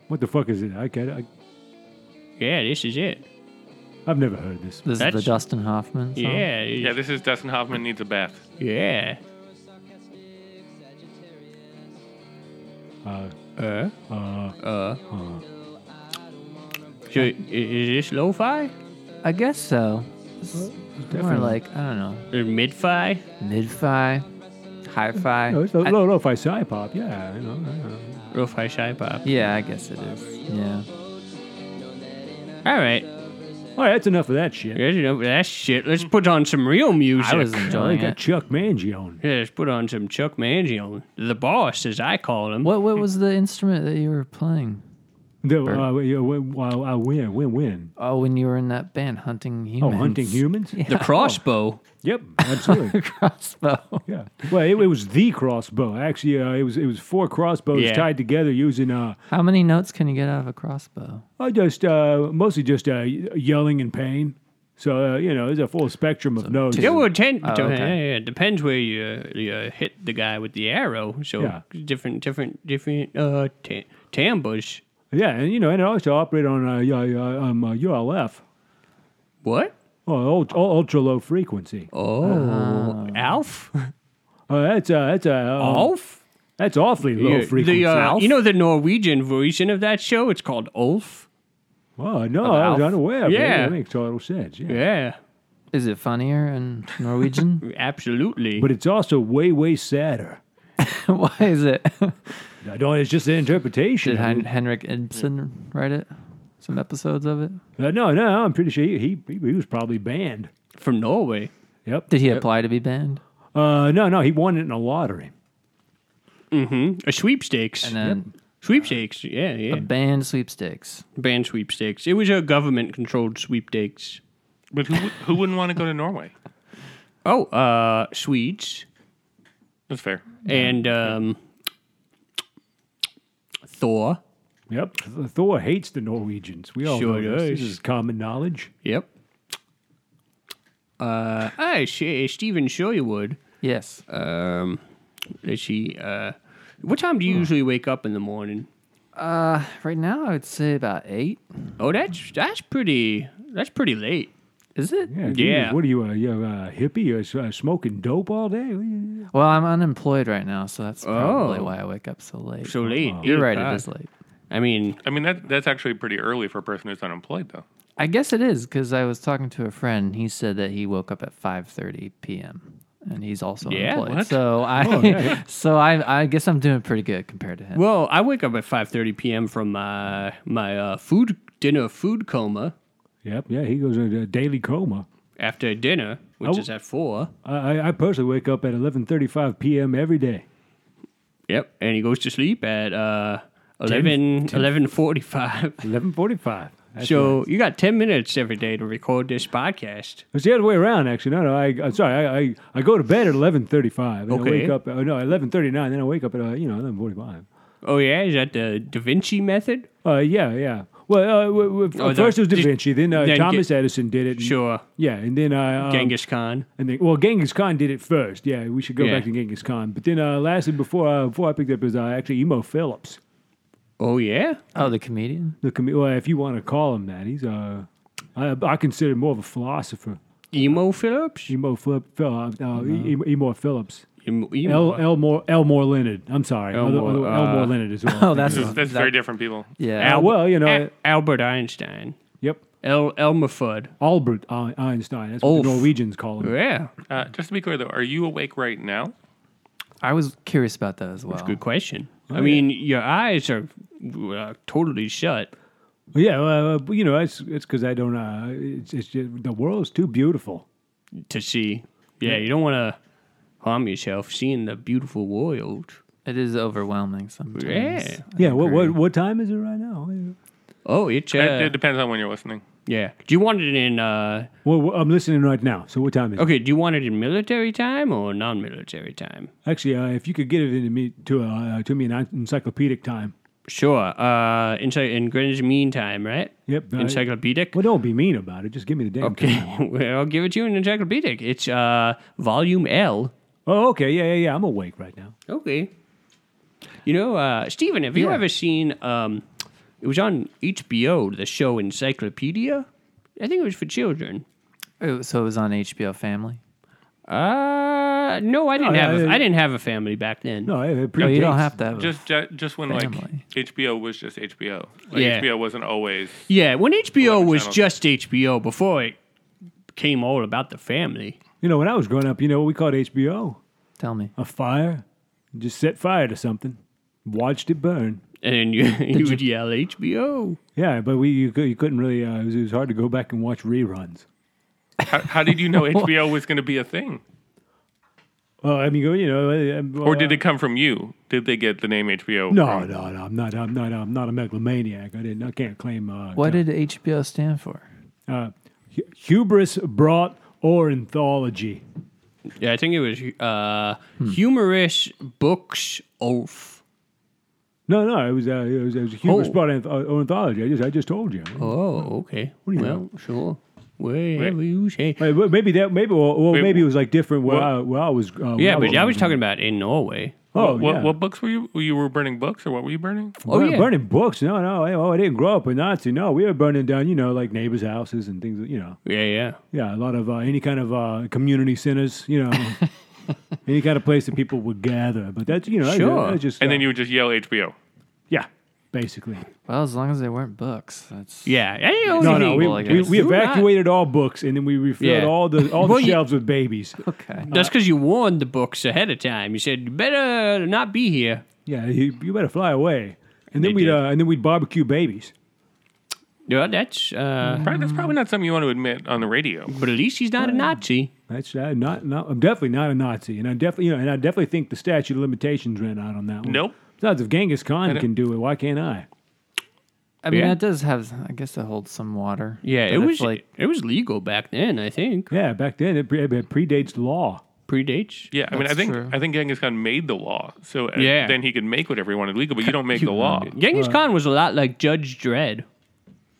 S2: What the fuck is it? I can't, I,
S1: Yeah, this is it.
S2: I've never heard this.
S4: This is
S1: That's-
S4: the Dustin Hoffman song.
S1: Yeah.
S3: Yeah, this is Dustin Hoffman needs a bath.
S1: Yeah.
S2: Uh,
S1: Uh,
S2: uh,
S1: so i- is this lo-fi?
S4: I guess so. It's more
S2: definitely.
S4: like I don't know,
S1: Or mid-fi?
S4: mid-fi, hi-fi.
S2: no, it's a
S4: I-
S2: low, low fi sci pop. Yeah, you know, I don't know.
S1: Lo-fi shy pop.
S4: yeah, I guess it is. Yeah.
S1: All right.
S2: All right, that's enough of that shit.
S1: There's enough of that shit. Let's put on some real music.
S4: I was
S2: Oh, I
S4: enjoying
S2: got
S4: it.
S2: Chuck Mangione.
S1: Yeah, let's put on some Chuck Mangione. The boss, as I call him.
S4: What what was the instrument that you were playing?
S2: The, uh, yeah, win, uh, win, win, win.
S4: Oh, when you were in that band, hunting
S2: Oh,
S4: humans.
S2: hunting humans?
S1: The crossbow.
S2: Yep, absolutely.
S4: crossbow.
S2: Yeah. Well, it, it was the crossbow. Actually, uh, it was it was four crossbows
S1: Yeah.
S2: tied together using uh,
S4: How many notes can you get out of a crossbow?
S2: uh just uh, mostly just uh, yelling and pain. So uh, you know, there's a full spectrum of notes.
S1: There were ten.
S4: Oh, okay.
S1: yeah, yeah, it depends where you, uh, you uh, hit the guy with the arrow. So
S2: Yeah.
S1: different, different, different uh, ta- timbres.
S2: Yeah, and you know, and it also operated on uh, yeah, yeah, um, uh, ULF,
S1: What?
S2: oh, ultra, ultra low frequency.
S1: Oh, Alf.
S2: Uh, that's uh, that's uh, um,
S1: Alf.
S2: that's awfully low
S1: Yeah,
S2: frequency.
S1: The, uh,
S2: Alf?
S1: you know the Norwegian version of that show. It's called Ulf.
S2: oh no, I was
S4: Alf?
S2: unaware. but
S1: Yeah.
S2: that makes total sense. Yeah.
S1: Yeah,
S4: Is it funnier in Norwegian?
S1: absolutely.
S2: but it's also way way sadder.
S4: Why is it?
S2: I don't. It's just an interpretation.
S4: Did
S2: I mean,
S4: Hen- Henrik Ibsen write it? Some episodes of it.
S2: Uh, no, no, I'm pretty sure he, he he was probably banned.
S1: From Norway.
S2: Yep.
S4: Did he apply to be banned?
S2: Uh, no, no, he won it in a lottery.
S1: A Uh, sweepstakes.
S4: And then uh,
S1: sweepstakes. Yeah, yeah.
S4: a band sweepstakes.
S1: Banned sweepstakes. It was a government-controlled sweepstakes.
S3: But who who wouldn't want to go to Norway?
S1: Oh, uh, Swedes
S3: That's fair.
S1: and um, Thor.
S2: Yep. Th- Thor hates the Norwegians. We all
S1: Sure
S2: know this. This
S1: does.
S2: is common knowledge.
S1: Yep. Uh, I sh- Stephen Sherwood.
S4: Yes. Uh,
S1: Um, let's see. Uh, what time
S4: Hmm.
S1: do you usually wake up in the morning?
S4: Uh, right now I would say about eight.
S1: Oh, that's that's pretty. That's pretty late.
S4: Is it?
S2: Yeah. Jesus,
S1: Yeah.
S2: What are you, uh, you uh, hippie? You're s- uh, smoking dope all day? What are you-
S4: Well, I'm unemployed right now, so that's probably
S1: Oh.
S4: why I wake up so late.
S1: So late.
S4: You're
S1: eight
S4: right.
S1: o'clock.
S4: It is late.
S1: I mean,
S3: I mean that that's actually pretty early for a person who's unemployed though.
S4: I guess it is because I was talking to a friend. and He said that he woke up at 5:30 p.m. and he's also
S1: Yeah,
S4: unemployed.
S1: what? Oh,
S4: So I, so I, I guess I'm doing pretty good compared to him.
S1: well, I wake up at five thirty p.m. from my my uh, food dinner food coma
S2: Yep. Yeah. He goes into a daily coma.
S1: after dinner, which
S2: Oh.
S1: is at four.
S2: I, I- I personally wake up at 11:35 p.m. every day.
S1: Yep, and he goes to sleep at uh, 11, 11.45.
S2: 11:45. That's
S1: so you got 10 minutes every day to record this podcast.
S2: It's the other way around, actually. No, no. I, I'm sorry. I, I, I go to bed at 11:35. And
S1: Okay.
S2: I wake up. Oh, no, 11:39. Then I wake up at uh, you know 11:45.
S1: Oh, yeah? Is that the Da Vinci method?
S2: Uh, yeah, yeah. Well, uh, w- w-
S1: Oh, the-
S2: first it was Da
S1: did-
S2: Vinci, then, uh,
S1: then
S2: Thomas
S1: get-
S2: Edison did it. and-
S1: Sure.
S2: Yeah, and then uh, Mm. um,
S1: Genghis Khan.
S2: And then, well, Genghis Khan did it first. Yeah, we should go
S1: Yeah.
S2: back to Genghis Khan. But then, uh, lastly, before uh, before I picked up is uh, actually Emo Phillips.
S1: Oh, yeah?
S4: oh, the comedian.
S2: The com- well, if you want to call him that, he's uh, I, I consider him more of a philosopher.
S1: Emo Phillips?
S2: Emo Phillip, Phil, uh, uh,
S1: Uh-huh.
S2: E- Emo Phillips.
S1: Emo,
S2: El,
S1: Emo.
S2: Elmore Elmore Leonard. I'm sorry,
S1: Elmore,
S2: Elmore,
S1: uh,
S2: Elmore Leonard as well.
S4: Oh, that's
S3: That's, that's very different people.
S4: yeah.
S1: Al-
S2: well, you know,
S1: A- Albert Einstein.
S2: yep.
S1: El- Elmer Fudd.
S2: Albert Ein- Einstein. That's what
S1: Ulf.
S2: the Norwegians call him.
S1: Yeah.
S3: Uh, just to be clear though, are you awake right now?
S4: I was curious about that as well.
S2: Oh.
S1: Good question. I mean, your eyes are uh, totally shut.
S2: Yeah, uh, but, you know, it's it's because I don't. Uh, it's, it's just, the world's too beautiful.
S1: to see. Yeah, you don't want to harm yourself seeing the beautiful world.
S4: It is overwhelming sometimes.
S1: Yeah.
S2: yeah. What, what what time is it right now?
S1: Oh, it's uh,
S3: It, it depends on when you're listening.
S1: Yeah. Do you want it in? Uh,
S2: Well, well, I'm listening right now. So what time is it?
S1: okay. Do you want it in military time or non-military time?
S2: Actually, uh, if you could get it into me to uh, to me in en- encyclopedic time.
S1: Sure. Uh, in, in Greenwich Mean Time, right?
S2: Yep. I-
S1: Encyclopedic.
S2: well, don't be mean about it. Just give me the damn.
S1: Okay,
S2: time.
S1: well, I'll give it to you in encyclopedic. It's uh, volume L.
S2: Oh, okay. Yeah, yeah, yeah. I'm awake right now.
S1: Okay. You know, uh, Stephen, have you
S2: Yeah.
S1: ever seen? Um, it was on HBO, the show Encyclopedia. I think it was for children.
S4: Oh, so it was on HBO Family.
S1: Uh, no, I didn't
S2: No,
S1: have. a-
S2: I-
S1: I didn't have a family back then.
S2: No, it, it
S4: Oh, you don't
S2: predates-
S4: have to. Have
S3: Just ju- just when
S4: Family.
S3: like HBO was just HBO. Like
S1: Yeah.
S3: HBO wasn't always
S1: Yeah, when HBO
S3: Whatever
S1: was
S3: channel.
S1: just HBO before it came all about the family.
S2: You know, when I was growing up, you know what we called HBO?
S4: a, tell me.
S2: A fire. You just set fire to something, watched it burn.
S1: And you, you would yell HBO.
S2: Yeah, but we you, cou- you couldn't really. Uh, it, was, it was hard to go back and watch reruns.
S3: how, how did you know HBO was going to be a thing?
S2: Well, I mean, go- you know, uh, uh,
S3: Or did it come from you? Did they get the name HBO?
S2: No,
S3: wrong?
S2: no, no. I'm not. I'm not. I'm not a megalomaniac. I didn't. I can't claim. Uh,
S4: What
S2: to-
S4: did HBO stand for?
S2: uh, hu- hubris brought or anthology?
S1: Yeah, I think it was uh, humorous books oaf.
S2: No, no. It was. Uh, it was. It was hubris
S1: Oh.
S2: brought anth- or anthology. I just. I just told you.
S1: Oh, okay.
S2: do you
S1: well, sure. Whatever you say.
S2: Wait, well, maybe that. Maybe. Or, or
S3: Wait,
S2: maybe it was like different. Where,
S3: what-
S2: I, where I was. Uh,
S1: Yeah,
S2: where
S1: but I was
S2: growing
S1: talking about in Norway.
S2: up. Oh,
S3: What
S2: yeah.
S3: what books were you you were burning books or what were you burning?
S1: Oh,
S2: Burn-
S1: yeah.
S2: burning books. No, no. I- Oh, I didn't grow up a Nazi. No, we were burning down. You know, like neighbors' houses and things. You know.
S1: Yeah, yeah.
S2: Yeah, a lot of uh, any kind of uh, community centers, you know, any kind of place that people would gather. But that's you know, that's-
S1: Sure.
S2: that's just
S3: And
S2: uh,
S3: then you would just yell HBO.
S2: yeah, basically.
S4: Well, as long as they weren't books, that's
S1: Yeah. I didn't know
S2: No, no,
S1: anything.
S2: we,
S4: Well, I
S2: we,
S4: guess.
S2: we
S1: You're not-
S2: evacuated all books and then we refilled
S1: Yeah.
S2: all the all
S1: Well,
S2: the
S1: you-
S2: shelves with babies.
S4: okay.
S1: That's because you warned the books ahead of time. You said, you better not be here.
S2: Yeah, you, you better fly away. And
S1: They
S2: then we'd
S1: did.
S2: uh, and then we'd barbecue babies.
S1: Yeah, that's, uh,
S3: Probably, that's probably not something you want to admit on the radio.
S1: but at least he's not a Nazi.
S2: That's uh, not not. I'm definitely not a Nazi, and I definitely you know, and I definitely think the statute of limitations ran out on that one.
S3: Nope.
S2: Besides, if Genghis Khan
S3: don't-
S2: can do it, why can't I?
S4: I mean,
S1: Yeah.
S4: that does have. I guess it holds some water.
S1: Yeah, it
S4: But if,
S1: was
S4: like
S1: it was legal back then, I think.
S2: Yeah, back then it, pre- it predates law.
S1: Predates.
S3: Yeah, I mean, I
S4: That's
S3: think
S4: true.
S3: I think Genghis Khan made the law, so uh,
S1: Yeah.
S3: then he could make whatever he wanted legal. But you don't make the law.
S1: Genghis Khan was a lot like Judge Dredd.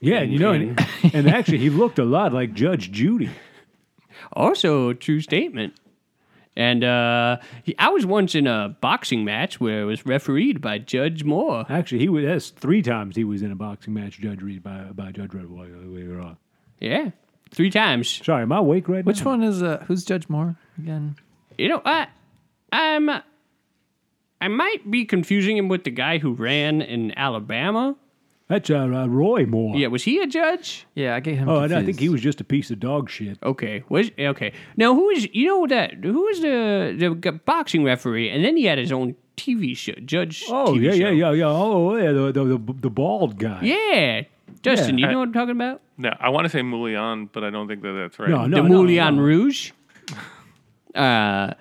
S2: Yeah, and you know, and, and actually, he looked a lot like Judge Judy.
S1: Also, a true statement. And uh, he, I was once in a boxing match where it was refereed by Judge Moore.
S2: Actually, he was that's three times he was in a boxing match. Judge Reed by by Judge Red while we were on.
S1: Yeah, three times.
S2: Sorry, am I awake right
S4: which
S2: now?
S4: one is uh, who's Judge Moore again?
S1: You know, I, I'm, I might be confusing him with the guy who ran in Alabama.
S2: That's uh, uh, Roy Moore.
S1: Yeah, was he a judge?
S4: Yeah, I get him.
S2: Oh, and I
S4: confused.
S2: think he was just a piece of dog shit.
S1: Okay, was okay. Now who is you know that who is the the g- boxing referee? And then he had his own TV show, Judge.
S2: Oh
S1: TV
S2: yeah,
S1: show.
S2: yeah, yeah, yeah. Oh yeah, the the, the, the bald guy.
S1: yeah. Justin,
S3: I-
S1: you know what I'm talking about?
S3: No, I want to say Mulian, but I don't think that that's right.
S2: No,
S3: no,
S2: no,
S1: the
S2: no,
S1: Moulin
S2: no.
S1: Rouge. Uh,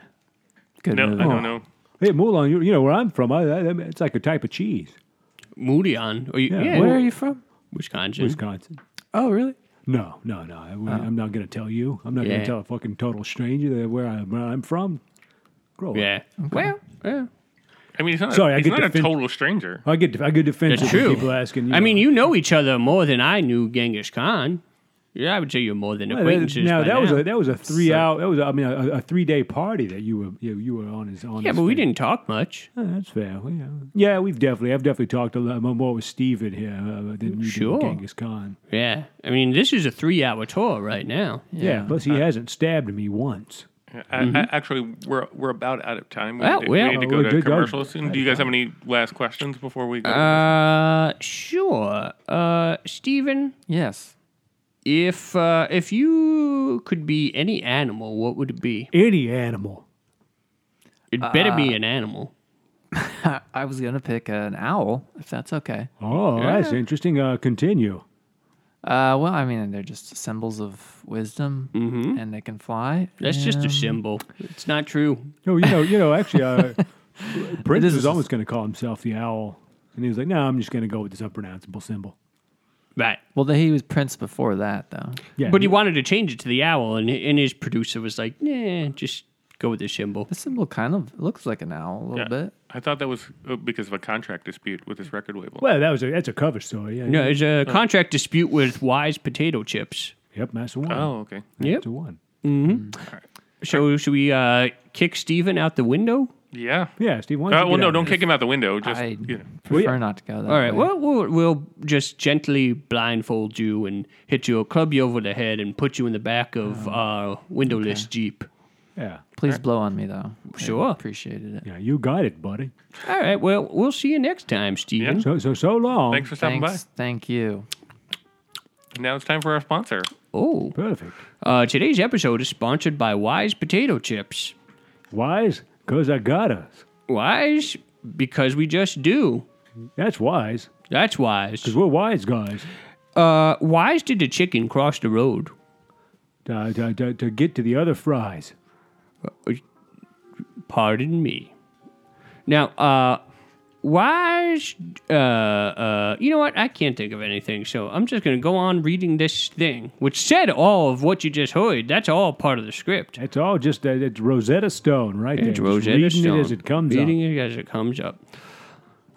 S4: good. movie.
S3: I don't know.
S2: Hey, Moulin, you, you know where I'm from? I, I, it's like a type of cheese,
S1: Moulin. Or, yeah,
S2: Yeah,
S1: yeah,
S4: Where are you from?
S1: Wisconsin.
S2: Wisconsin.
S4: Oh, really?
S2: No, no, no. I, am not gonna tell you. I'm not
S1: Oh. Yeah.
S2: gonna tell a fucking total stranger that where, I, where I'm from. Grow up.
S1: Yeah. Well, yeah.
S3: I mean, he's not.
S2: Sorry, I
S3: he's
S2: get
S3: not a
S2: defend-
S3: total stranger.
S2: I get I get defensive
S1: That's
S2: when
S1: true.
S2: people asking. You
S1: I
S2: know,
S1: mean, you know each other more than I knew Genghis Khan. Yeah, I would say you're more than
S2: Well, that-
S1: acquaintances.
S2: now
S1: by
S2: that was
S1: now.
S2: a that was a three hour that was a- I mean a, a three day party that you were you, you were on his on.
S1: yeah,
S2: his
S1: but we
S2: fa-
S1: didn't talk much.
S2: Oh, that's fair. Well, yeah. yeah, we've definitely I've definitely talked a lot more with Steve in here uh, than you did with
S1: Sure.
S2: Genghis Khan.
S1: Yeah, I mean, this is a three-hour tour right now.
S2: Yeah, plus he hasn't stabbed me once.
S3: I, I, actually, we're we're about out of time. We,
S1: Oh,
S3: need, to-
S1: well.
S3: we need to
S2: Oh,
S3: go
S2: we
S3: to
S2: did go.
S3: commercials soon. Do you guys have any last questions before we go?
S1: Uh, sure. Uh, Stephen,
S4: Yes.
S1: if uh, if you could be any animal, what would it be?
S2: Any animal.
S1: It better be an animal.
S4: I was gonna pick an owl, if that's okay.
S2: Oh, that's interesting. Uh, continue.
S4: Uh, well, I mean, they're just symbols of wisdom,
S3: Mm-hmm.
S4: and they can fly.
S1: That's just a
S4: and-
S1: symbol. It's not true.
S2: No, you know, you know. Actually, uh, Prince
S4: is-
S2: was almost going to call himself the owl, and he was like, "No, I'm just going to go with this unpronounceable symbol."
S1: Right.
S4: Well, the, he was Prince before that, though.
S2: Yeah,
S1: But he wanted to change it to the owl, and, and his producer was like, nah, just go with the symbol.
S4: The symbol kind of looks like an owl a little
S3: Yeah.
S4: bit.
S3: I thought that was uh, because of a contract dispute with this record label.
S2: well, that was a that's a cover story. Yeah,
S1: No, it's a contract dispute with Wise Potato Chips.
S2: Yep, that's the one.
S3: Oh, okay.
S2: that's the one.
S1: So should we uh, kick Steven out the window?
S3: Yeah.
S2: Yeah, Steve. Why
S3: Uh,
S2: you
S3: well,
S2: get
S3: no,
S2: out?
S3: don't kick him out the window. Just
S4: I
S3: you know.
S4: prefer
S2: yeah.
S4: not to go that
S1: All right.
S4: way.
S1: Well, we'll we'll just gently blindfold you and hit you, club you over the head, and put you in the back of our windowless Jeep.
S2: Yeah,
S4: Please blow on me, though. I
S1: Sure.
S4: appreciated it.
S2: yeah, you got it, buddy.
S1: All right. Well, we'll see you next time, Steven.
S2: So so so long.
S3: Thanks for stopping
S4: Thanks. Thank you.
S3: by. Now it's time for our sponsor.
S1: Oh,
S2: Perfect.
S1: uh, today's episode is sponsored by Wise Potato Chips.
S2: Wise, cause I got us.
S1: Wise because we just do.
S2: That's wise,
S1: That's wise.
S2: cause we're wise guys.
S1: Uh, wise did the chicken cross the road.
S2: To, uh, to, to, to get to the other fries.
S1: Pardon me. Now, uh, wise, uh, uh, you know what? I can't think of anything, so I'm just going to go on reading this thing, which said all of what you just heard. That's all part of the script.
S2: It's all just uh, it's Rosetta Stone right there.
S1: It's
S2: Just
S1: Rosetta
S2: reading
S1: Stone.
S2: it as it comes
S1: Reading
S2: up.
S1: it as it comes up.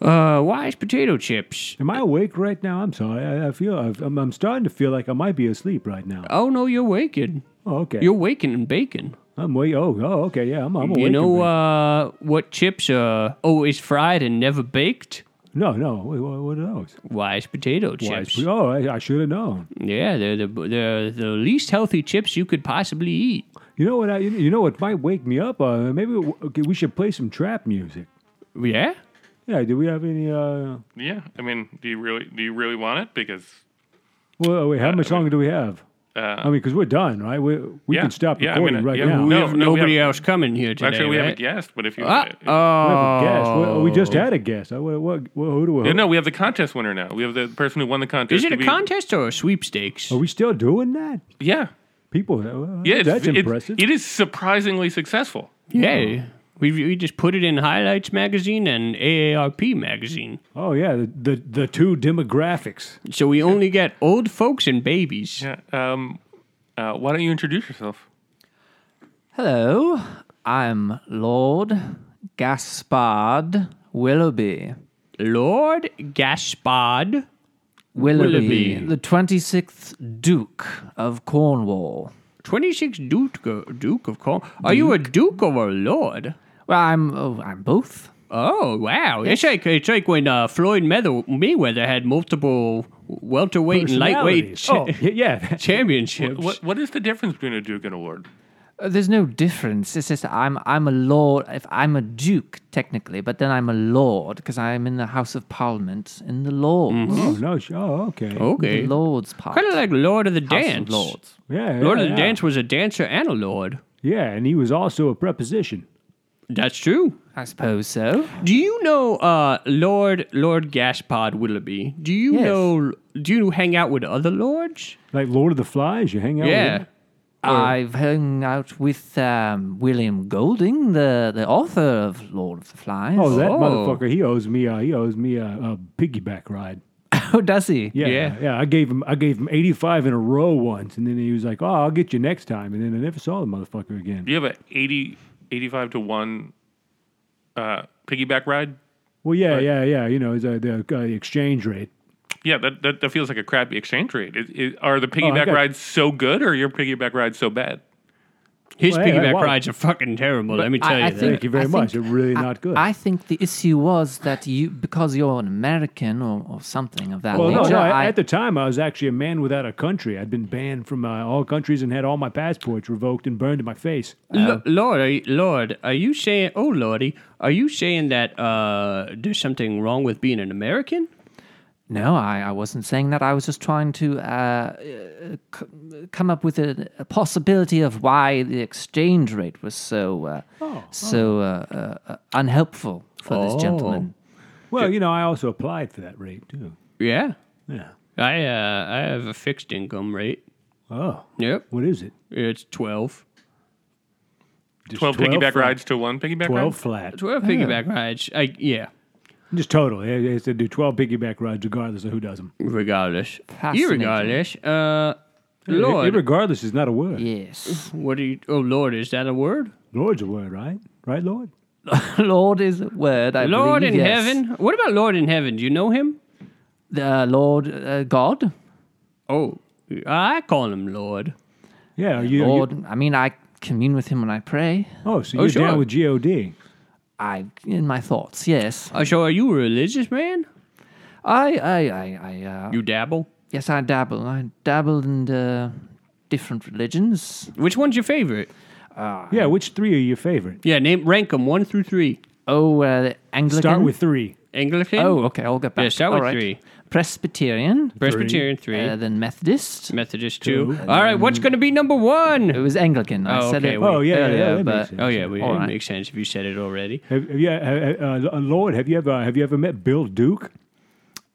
S1: Uh, wise potato chips.
S2: Am I awake right now? I'm sorry. I, I feel I've, I'm, I'm starting to feel like I might be asleep right now.
S1: Oh no, you're waking.
S2: Oh, okay.
S1: You're waking and baking.
S2: I'm wait. Oh, oh, okay. Yeah, I'm, I'm awake.
S1: you know
S2: right-
S1: uh, what chips are always fried and never baked?
S2: no, no. What, what are those?
S1: Wise potato
S2: Wise.
S1: chips.
S2: Oh, I, I should have known.
S1: Yeah, they're the they're the least healthy chips you could possibly eat.
S2: You know what? I, you you know what might wake me up? Uh, maybe okay, we should play some trap music.
S1: Yeah.
S2: Yeah. Do we have any? Uh,
S3: Yeah. I mean, do you really do you really want it? Because
S2: well, oh, wait. How much longer do we have?
S3: uh,
S2: I mean, because we're done, right? We we
S3: Yeah.
S2: can stop
S3: Yeah, I mean,
S2: recording
S3: uh,
S2: right
S3: yeah,
S2: now.
S3: we-
S2: We
S3: No,
S1: Have
S3: no,
S1: nobody
S3: have-
S1: else coming here today.
S3: actually, we
S1: right?
S3: have a guest. Oh. But if you, uh,
S1: Ah,
S3: if-
S1: oh,
S2: have a guest. Well, We just had a guest. Uh, What, what, what, who do we?
S3: Yeah, no, we have the contest winner now. We have the person who won the contest.
S1: Is it
S3: to
S1: a
S3: be-
S1: contest or a sweepstakes?
S2: Are we still doing that?
S3: Yeah,
S2: People, well,
S3: yeah. It's,
S2: that's
S3: it's-
S2: impressive.
S3: It is surprisingly successful.
S1: Yeah. We, we just put it in Highlights magazine and AARP magazine.
S2: oh yeah, the, the the two demographics.
S1: So we only get old folks and babies.
S3: Yeah. Um, uh, why don't you introduce yourself?
S4: Hello. I'm Lord Gaspard Willoughby.
S1: Lord Gaspard.
S4: Willoughby,
S1: Willoughby.
S4: the 26th Duke of Cornwall.
S1: 26 Duke, Duke of Corn. Are you a Duke or a Lord?
S4: Well, I'm oh, I'm both.
S1: Oh, wow. It's like, it's like when uh, Floyd Meather- Mayweather had multiple welterweight and lightweight
S2: Personalities.
S1: cha-
S2: Oh y- yeah,
S1: championships.
S3: What What is the difference between a duke and a lord?
S4: Uh, There's no difference. It's just I'm I'm a lord. If I'm a duke technically, but then I'm a lord because I'm in the House of Parliament in the Lords,
S2: oh no, sh- oh okay,
S1: Okay.
S4: the Lords part,
S1: Kind of like Lord of the
S4: House of
S1: Dance.
S4: Lords.
S2: yeah,
S1: Lord
S2: yeah,
S1: of the
S2: yeah.
S1: Dance was a dancer and a lord.
S2: Yeah, and he was also a preposition.
S1: That's true.
S4: I suppose so.
S1: Do you know uh, Lord Lord Gaspard Willoughby? Do you
S4: Yes.
S1: know? Do you hang out with other lords?
S2: Like Lord of the Flies, you hang out.
S1: yeah.
S2: With
S4: I've hung out with um, William Golding, the, the author of Lord of the Flies.
S2: Oh, that
S1: Oh.
S2: motherfucker! He owes me. Uh, he owes me a, a piggyback ride.
S4: Oh, does he?
S2: Yeah,
S1: Yeah.
S2: yeah, I gave him. I gave him eighty-five in a row once, and then he was like, "Oh, I'll get you next time." And then I never saw the motherfucker again.
S3: Do you have a 80, 85 to one uh, piggyback ride?
S2: Well, yeah, yeah, yeah. You know, it's, uh, the uh, exchange rate.
S3: Yeah, that, that, that feels like a crappy exchange rate. Is is- are the piggyback
S2: got-
S3: rides so good, or are your piggyback rides so bad?
S1: His
S2: Well, hey, hey,
S1: piggyback
S2: wow.
S1: rides are fucking terrible. Let me tell you that.
S2: Thank you very
S4: I
S2: much.
S4: think-
S2: They're really
S4: I-
S2: not good.
S4: I think the issue was that you, because you're an American or, or something of that
S2: Well, no,
S4: nature.
S2: no.
S4: I,
S2: at the time, I was actually a man without a country. I'd been banned from uh, all countries and had all my passports revoked and burned in my face.
S1: L- Lord, are you, Lord, are you saying? Oh, Lordy, are you saying that uh, there's something wrong with being an American?
S4: no, I, I wasn't saying that. I was just trying to uh, uh, c- come up with a, a possibility of why the exchange rate was so uh,
S2: Oh,
S4: so uh, uh, uh, unhelpful for
S1: Oh.
S4: this gentleman.
S2: Well, you know, I also applied for that rate too.
S1: Yeah,
S2: Yeah.
S1: I uh, I have a fixed income rate.
S2: Oh,
S1: Yep,
S2: what is it?
S1: it's twelve.
S2: Just
S3: 12, piggyback
S2: flat-
S3: rides to one piggyback
S2: Twelve
S3: ride?
S2: flat.
S1: Oh. Twelve piggyback rides. I yeah.
S2: Just total. It- It's to do 12 piggyback rides regardless of who does them.
S1: Regardless.
S4: Fascinating.
S1: Irregardless. Uh, Lord.
S2: Irregardless is not a word.
S4: Yes.
S1: What do you. Oh, Lord, is that a word?
S2: Lord's a word, right? Right, Lord?
S4: Lord is a word, I
S1: Lord
S4: believe.
S1: in
S4: yes.
S1: heaven? What about Lord in heaven? Do you know him?
S4: The Lord uh, God.
S1: Oh, I call him Lord.
S2: Yeah. Are you, are you-
S4: Lord, I mean, I commune with him when I pray.
S2: oh, so
S1: Oh,
S2: you're
S1: sure.
S2: down with G-O-D.
S4: I, in my thoughts, yes.
S1: Uh, so, are you a religious man?
S4: I, I, I, I, uh,
S1: You dabble?
S4: yes, I dabble. I dabble in uh, different religions.
S1: Which one's your favorite?
S2: Yeah, which three are your favorite?
S1: Yeah, name rank them one through three.
S4: Oh, uh, Anglican.
S2: Start with three.
S1: Anglican?
S4: Oh, okay, I'll get back.
S1: Yeah, start
S4: All
S1: with
S4: right.
S1: three.
S4: Presbyterian.
S1: Presbyterian three.
S4: Uh, Um, then Methodist.
S1: Methodist two. All right, what's going to be number
S4: It
S1: one?
S4: was Anglican. I
S1: Oh,
S4: said
S1: okay,
S4: it.
S1: we-
S2: Oh, yeah, yeah,
S4: earlier,
S2: yeah, that
S4: but
S2: makes sense.
S1: Oh yeah, we,
S4: All
S1: it
S4: right.
S1: makes sense if you said it already.
S2: Have, have you, uh, uh, Lord, have you ever have you ever met Bill Duke?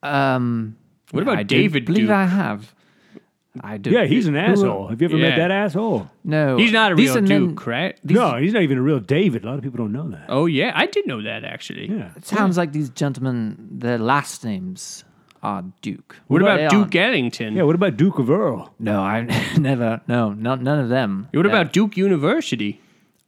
S4: Um,
S1: What about
S4: I do
S1: David
S4: Believe
S1: Duke?
S4: I have. I do.
S2: Yeah, he's an
S4: Who-
S2: asshole. Have you ever
S1: Yeah.
S2: met that asshole?
S4: No,
S1: He's not a
S4: these
S1: real
S4: are men-
S1: Duke, right?
S2: no, he's not even a real David. A lot of people don't know that.
S1: Oh yeah, I did know that actually.
S2: yeah.
S4: It sounds like these gentlemen, their last names are Duke.
S1: What
S4: They
S1: about Duke
S4: aren't.
S1: Ellington?
S2: Yeah, what about Duke of Earl?
S4: No, I never. No, not none of them.
S1: What
S4: No.
S1: about Duke University?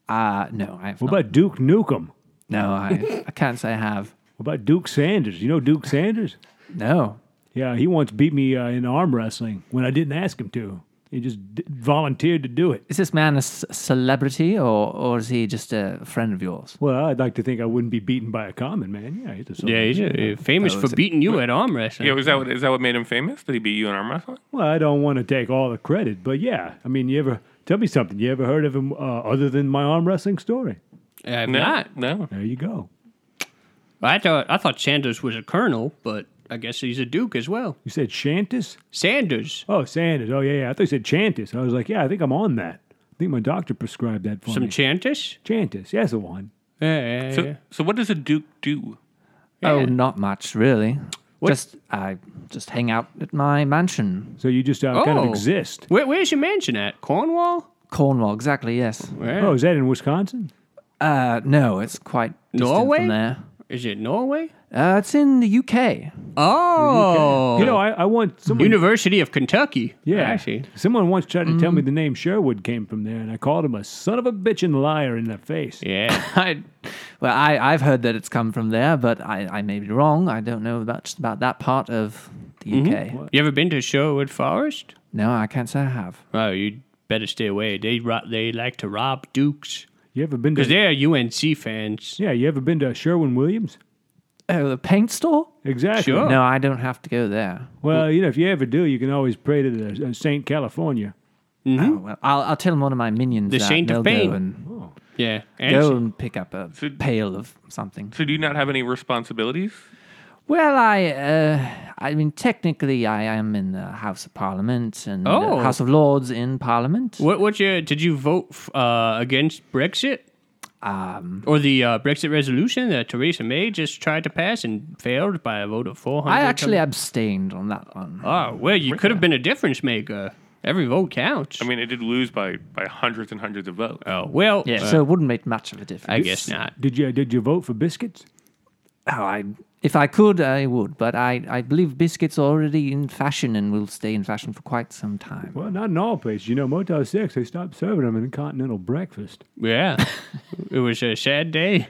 S4: Uh, no, I have
S2: What
S4: not.
S2: about Duke Nukem?
S4: No, I, I can't say I have.
S2: What about Duke Sanders? You know Duke Sanders?
S4: No.
S2: Yeah, he once beat me uh, in arm wrestling when I didn't ask him to. He just d- volunteered to do it.
S4: Is this man a c- celebrity or, or is he just a friend of yours?
S2: Well, I'd like to think I wouldn't be beaten by a common man. Yeah, he's a
S1: Yeah, he's uh, famous for beating you at arm wrestling.
S3: Yeah, was that what, is that what made him famous? Did he beat you in arm wrestling?
S2: Well, I don't want to take all the credit, but yeah, I mean, you ever tell me something? You ever heard of him uh, other than my arm wrestling story?
S1: I've
S3: No,
S1: Uh, not.
S3: no.
S2: There you go.
S1: I thought I thought Sanders was a colonel, but I guess he's a duke as well.
S2: You said Shantis?
S1: Sanders,
S2: Oh, Sanders. Oh, yeah, yeah. I thought you said Chantis. I was like, yeah, I think I'm on that. I think my doctor prescribed that for
S1: some
S4: Mm.
S2: me.
S1: Chantis.
S2: Chantis. Yes, the one.
S1: Yeah, yeah,
S3: So,
S1: yeah.
S3: so what does a duke do?
S4: Oh, not much really. Just I just hang out at my mansion,
S2: So you just uh, kind of
S1: Oh.
S2: exist.
S1: Where, where's your mansion at? Cornwall?
S4: Cornwall. Exactly. Yes.
S1: Where?
S2: Oh, is that in Wisconsin?
S4: Uh, no, it's quite distant
S1: Norway?
S4: from there.
S1: Is it Norway?
S4: Uh, it's in the UK.
S1: Oh,
S2: You know, I, I want someone.
S1: University of Kentucky.
S2: yeah,
S1: actually. Mm.
S2: Someone once tried to tell me the name Sherwood came from there, and I called him a son of a bitch and liar in the face.
S1: Yeah.
S4: I, well, I, I've heard that it's come from there, but I, I may be wrong. I don't know much about that part of the UK.
S1: you ever been to Sherwood Forest?
S4: No, I can't say I have.
S1: Oh, you better stay away. They ro- they like to rob Dukes
S2: You ever been
S1: because
S2: to?
S1: they're UNC fans.
S2: Yeah, you ever been to Sherwin Williams?
S4: Oh, the paint store?
S2: Exactly.
S1: Sure. Oh.
S4: No, I don't have to go there.
S2: Well, you know, if you ever do, you can always pray to the uh, Saint California.
S4: Oh, well, I'll, I'll tell one of my minions
S1: The
S4: that
S1: Saint
S4: they'll
S1: of Pain.
S4: go and,
S1: Yeah. And
S4: go and pick up a pail of something.
S3: So do you not have any responsibilities?
S4: Well, I, uh, I mean, technically, I am in the House of Parliament and uh,
S1: Oh.
S4: House of Lords in Parliament.
S1: What what's your did you vote f- uh, against Brexit? Um, or the uh, Brexit resolution that Theresa May just tried to pass and failed by a vote of 400.
S4: I actually abstained on that one.
S1: Oh, well, you could have been a difference maker. Every vote counts.
S3: I mean, it did lose by, by hundreds and hundreds of votes.
S1: oh, well,
S4: yeah,
S1: uh,
S4: so it wouldn't make much of a
S1: I
S4: difference.
S1: guess not.
S2: Did you did you vote for biscuits?
S4: Oh, I, if I could, I would, but I, I believe biscuits are already in fashion and will stay in fashion for quite some time.
S2: Well, not in all places. You know, Motel Six they stopped serving them in continental breakfast.
S1: Yeah. it was a sad day.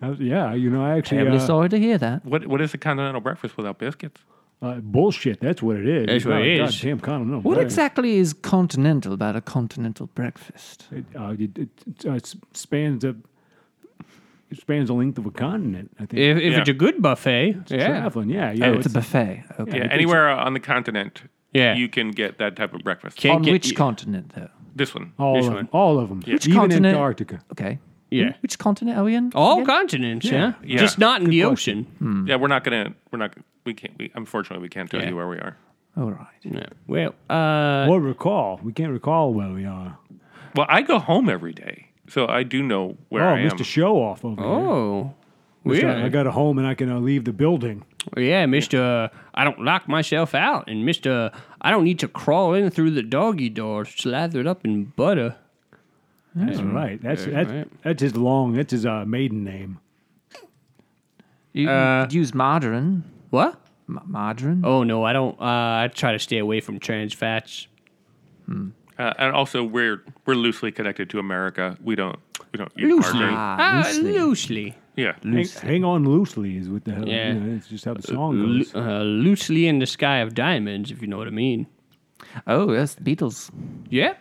S2: I was- yeah, you know, I actually
S4: Terribly
S2: uh,
S4: sorry to hear that.
S3: What what is a continental breakfast without biscuits?
S2: uh, bullshit. That's what it is.
S1: That's what it
S2: God-
S1: is.
S2: Goddamn continental.
S4: What
S2: breakfast.
S4: exactly is continental about a continental breakfast?
S2: It, uh, it, it, it, uh, s- spans a it spans the length of a continent. I think.
S1: If, if
S3: Yeah.
S1: it's a good buffet, yeah.
S2: Traveling, yeah, yeah.
S4: Oh, It's a buffet. Okay.
S3: Yeah, anywhere on the continent,
S1: Yeah.
S3: you can get that type of breakfast.
S1: Can't
S4: On
S1: get-
S4: which continent, though?
S3: This one.
S2: all
S1: This
S2: of
S1: one.
S2: them. All of them.
S4: Which
S2: Even
S4: continent?
S2: Antarctica.
S4: Okay.
S1: Yeah. Oh,
S4: Wh- Which continent are we in?
S1: All
S4: again?
S1: continents, yeah.
S3: Yeah.
S1: Just not in the ocean.
S3: Yeah, we're not gonna. We're not. We can't. We unfortunately we can't tell
S1: Yeah.
S3: you where we are.
S4: All right.
S1: Yeah. Well, uh,
S2: Or recall. We can't recall where we are.
S3: Well, I go home every day, so I do know where
S2: oh,
S3: I am.
S2: Mr. Show off over here.
S1: oh.
S2: Mr.
S1: Weird.
S2: I got a home and I can uh, leave the building.
S1: Yeah, Mister. I don't lock myself out, and Mister. I don't need to crawl in through the doggy door, slathered up in butter.
S2: That's right. That's that's
S1: right.
S2: that's his long. That's his uh, maiden name.
S4: You,
S1: Uh,
S4: you could use margarine.
S1: What?
S4: Ma- margarine?
S1: Oh no, I don't. Uh, I try to stay away from trans fats.
S3: Uh, and also, we're we're loosely connected to America. We don't we don't eat
S1: Loosely,
S3: margarine.
S4: Ah,
S1: Ah,
S4: loosely.
S1: loosely,
S3: Yeah,
S2: Hang, hang on loosely is what the hell.
S1: Yeah.
S2: You know, it's just how the song
S1: Lo-
S2: goes.
S1: uh, loosely in the sky of diamonds, if you know what I mean.
S4: Oh, yes, the Beatles.
S1: Yeah,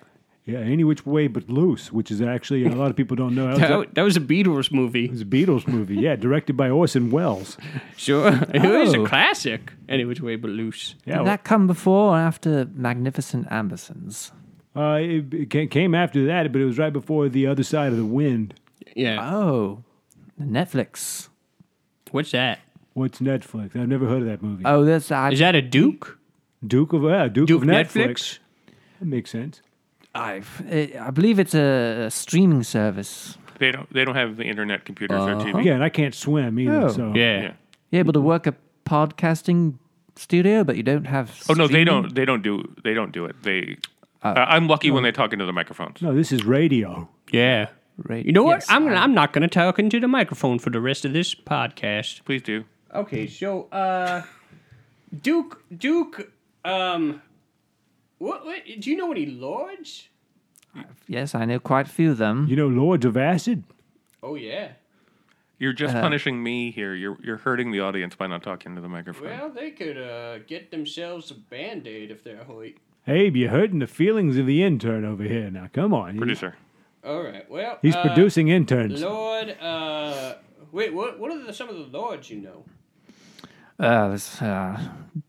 S2: Yeah, any which way but loose, which is actually a lot of people don't know. That was a-
S1: that, that was a Beatles movie.
S2: It was a Beatles movie, yeah, directed by Orson Welles.
S1: Sure, it was a
S4: Oh.
S1: classic. Any which way but loose.
S2: Yeah,
S4: Did that come before or after Magnificent Ambersons?
S2: uh, it it ca- came after that, but it was right before The Other Side of the Wind.
S1: Yeah,
S4: Oh, Netflix.
S1: what's that?
S2: What's Netflix? I've never heard of that movie.
S4: Oh, that's I,
S1: Is that a Duke?
S2: Duke of uh, Duke,
S1: Uh, Duke
S2: of
S1: Netflix?
S2: Netflix. That makes sense.
S4: I've, eh, I believe it's a, a streaming service.
S3: they don't they don't have the internet computers or TV.
S2: Yeah, and I can't swim either.
S4: Oh.
S2: So
S1: Yeah.
S3: Yeah.
S4: You're able to
S1: Mm-hmm.
S4: work a podcasting studio, but you don't have.
S3: Oh no, they
S4: streaming?
S3: don't. They don't do. They don't do it. They. Uh, I'm lucky when they talk into the microphones.
S2: no, this is radio.
S1: Yeah.
S4: Right.
S1: You know what?
S4: Yes,
S1: I'm
S4: I-
S1: I'm not going to talk into the microphone for the rest of this podcast.
S3: Please do.
S1: Okay, so uh, Duke Duke um, what, what do you know any lords?
S4: Yes, I know quite a few of them.
S2: You know, Lords of Acid.
S1: Oh yeah.
S3: You're just punishing me here. You're you're hurting the audience by not talking to the microphone.
S1: Well, they could uh, get themselves a band-aid if they're hoit.
S2: Abe, you're hurting the feelings of the intern over here. Now, come on,
S3: Producer.
S1: All right. Well,
S2: he's
S1: uh,
S2: producing interns.
S1: Lord, uh, wait, what? What are the, some of the lords you know?
S4: Uh, there's uh,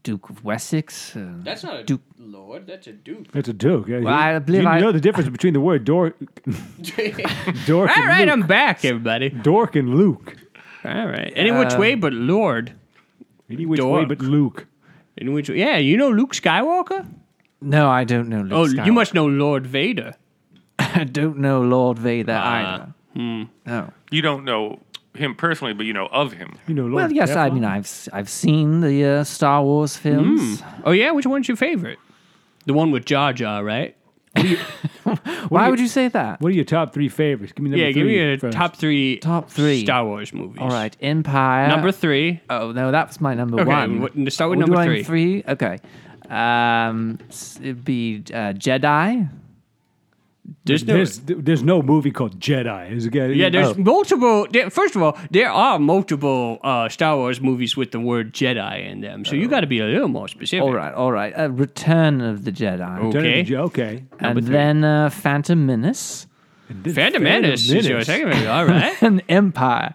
S4: Duke of Wessex. Uh,
S1: That's not a
S4: Duke.
S1: lord. That's a duke.
S2: That's a Duke. Well,
S4: I believe
S2: you
S4: I-
S2: know the difference between the word dork, dork,
S1: All
S2: and
S1: right,
S2: Luke.
S1: I'm back, everybody.
S2: dork and Luke.
S1: All right. Any which way but lord.
S2: Any which way
S1: Dork.
S2: but Luke.
S1: In which, yeah, you know Luke Skywalker.
S4: No, I don't know. Luke
S1: oh,
S4: Skywalker.
S1: you must know Lord Vader.
S4: I don't know Lord Vader
S1: Ah,
S4: either.
S1: hmm.
S4: Oh. No.
S3: You don't know him personally, but you know of him.
S2: You know,
S4: Well,
S2: Lord
S4: yes, I
S2: Teflon?
S4: mean, I've s- I've seen the uh, Star Wars films.
S1: Oh yeah, which one's your favorite? The one with Jar Jar, right?
S4: Why would you say that?
S2: What are your top three favorites? Give me number
S1: yeah,
S2: three
S1: give me your
S2: first.
S1: top three.
S4: Top three.
S1: Star Wars movies.
S4: All right, Empire.
S1: number three.
S4: Oh no, that's my number
S1: Okay,
S4: one.
S1: what- start with
S4: We're
S1: number
S4: doing three. Okay. Um, s- it'd be uh, Jedi.
S1: There's no.
S2: There's there's no movie called Jedi. Is it,
S1: yeah, there's
S2: oh,
S1: multiple. There, first of all, there are multiple uh, Star Wars movies with the word Jedi in them, so you got to be a little more specific.
S4: All right, all right. Uh, Return of the Jedi.
S2: Return of the
S1: okay.
S2: Je- okay.
S4: and then uh, Phantom Menace
S1: Phantom Menace is your second movie. All right.
S4: and Empire.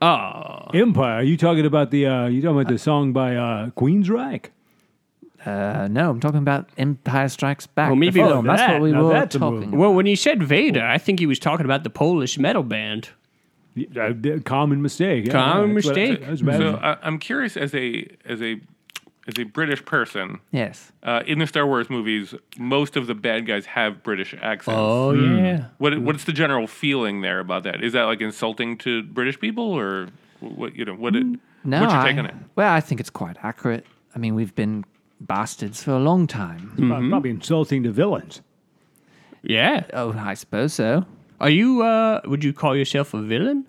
S1: Oh,
S2: Empire. Are you talking about the? Uh, you talking about the song by uh, Queensryche?
S4: Uh, no, I'm talking about Empire Strikes Back.
S1: Well, maybe
S4: the
S1: not
S4: film. that's
S1: that.
S4: what we
S2: Now
S4: were
S2: that's a movie.
S4: talking about.
S1: well, when he said Vader, I think he was talking about the Polish metal band.
S2: Uh, the common mistake. Yeah,
S1: Common
S2: that's what I-
S1: mistake.
S2: that's what I-
S3: So I, I'm curious, as a as a as a British person,
S4: Yes.
S3: uh, in the Star Wars movies, most of the bad guys have British accents.
S1: Oh yeah.
S3: What what's the general feeling there about that? Is that like insulting to British people, or what you know? What it,
S4: No,
S3: what's your
S4: I,
S3: take on it?
S4: well, I think it's quite accurate. I mean, we've been bastards for a long time.
S1: mm-hmm.
S2: Probably insulting to villains.
S1: Yeah.
S4: Oh, I suppose so.
S1: Are you? Uh, would you call yourself a villain?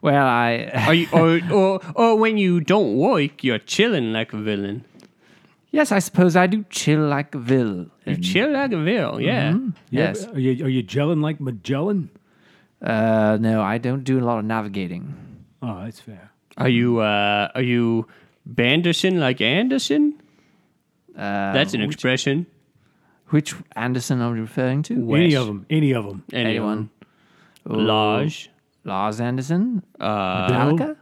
S4: Well, I
S1: Are you, or, or, or when you don't work, you're chilling like a villain.
S4: yes, I suppose I do chill like a villain.
S1: You chill like a villain, yeah.
S2: Yeah,
S4: Yes.
S2: but Are you, are you gelling like Magellan?
S4: Uh, no, I don't do a lot of navigating.
S2: Oh, that's fair.
S1: Are you uh, are you Banderson like Anderson?
S4: Uh,
S1: That's an expression.
S4: which Anderson are you referring to?
S1: Wes.
S2: Any of them. Any of them.
S1: Anyone?
S4: Anyone.
S1: Large.
S4: Lars Anderson.
S1: Uh,
S4: Metallica.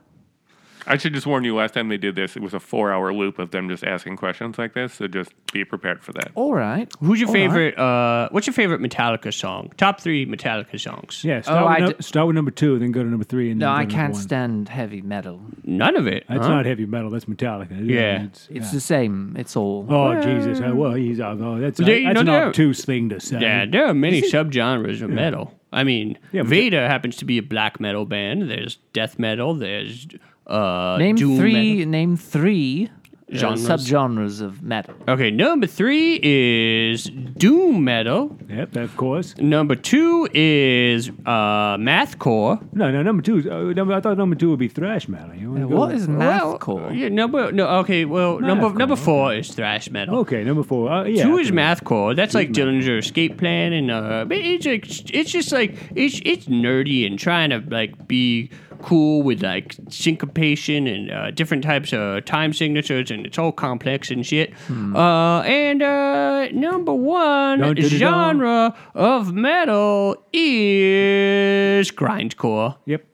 S3: I should just warn you. Last time they did this, it was a four-hour loop of them just asking questions like this. So just be prepared for that.
S4: All right.
S1: who's your
S4: All right.
S1: favorite? Uh, what's your favorite Metallica song? Top three Metallica songs.
S2: Yeah. Start,
S4: Oh,
S2: with
S4: I
S2: num-
S4: d-
S2: start with number two, then go to number three, and then
S4: No,
S2: go to
S4: I
S2: number
S4: can't
S2: one.
S4: stand heavy metal.
S1: None of it.
S2: That's
S1: huh?
S2: not heavy metal. That's Metallica.
S1: Yeah.
S2: It's,
S4: It's the same. It's all.
S2: Oh Jesus! Oh, well, he's uh, oh, that's,
S1: But they-
S2: that's
S1: no,
S2: an
S1: they're-
S2: obtuse thing to say.
S1: Yeah, there are many subgenres of metal. I mean,
S2: Yeah, but-
S1: Vader happens to be a black metal band. There's death metal. There's uh,
S4: name
S1: doom
S4: three.
S1: metal.
S4: Name three uh,
S1: Genres.
S4: subgenres of metal.
S1: Okay, number three is doom metal.
S2: Yep, of course.
S1: Number two is uh, mathcore.
S2: No, no, number two. Is, uh, number, I thought number two would be thrash metal. You wanna go
S4: What
S2: with-
S4: is
S1: Well, uh,
S4: mathcore?
S1: Yeah, number no. Okay, well, number
S2: Mathcore,
S1: number four is thrash metal.
S2: Okay, number four. Uh, yeah,
S1: Two is
S2: okay.
S1: mathcore. That's like Dillinger's Escape Plan, and uh, but it's like it's just like it's it's nerdy and trying to like be cool with like syncopation and uh, different types of time signatures, and it's all complex and shit. Uh, and uh, number one
S2: Dun, dun, dun, dun.
S1: genre of metal is grindcore.
S2: Yep,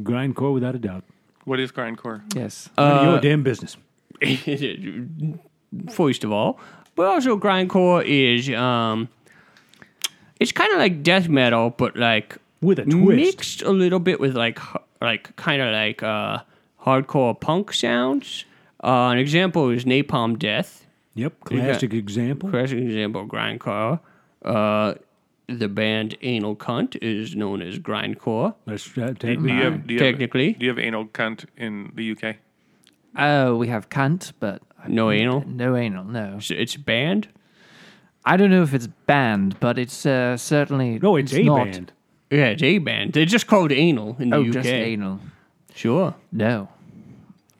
S2: grindcore without a doubt.
S3: What is grindcore?
S4: yes.
S2: Your damn business.
S1: first of all, but also grindcore is um, it's kind of like death metal, but like
S2: With a twist.
S1: mixed a little bit with like h- like kind of like uh, hardcore punk sounds. Uh, an example is Napalm Death.
S2: Yep, classic example.
S1: Classic example, grindcore. Uh, the band Anal Cunt is known as grindcore.
S2: Let's uh, take
S3: Do you
S2: mine.
S3: have, do you
S1: Technically.
S3: have, do you have anal cunt in the UK?
S4: Oh, we have cunt, but
S1: No anal.
S4: no anal, no.
S1: It's, it's a band.
S4: I don't know if it's banned, but it's uh, certainly
S2: No, it's, a
S4: not.
S2: band.
S1: Yeah, it's a band. They're just called anal in the
S4: Oh,
S1: UK.
S4: just anal.
S1: Sure.
S4: No,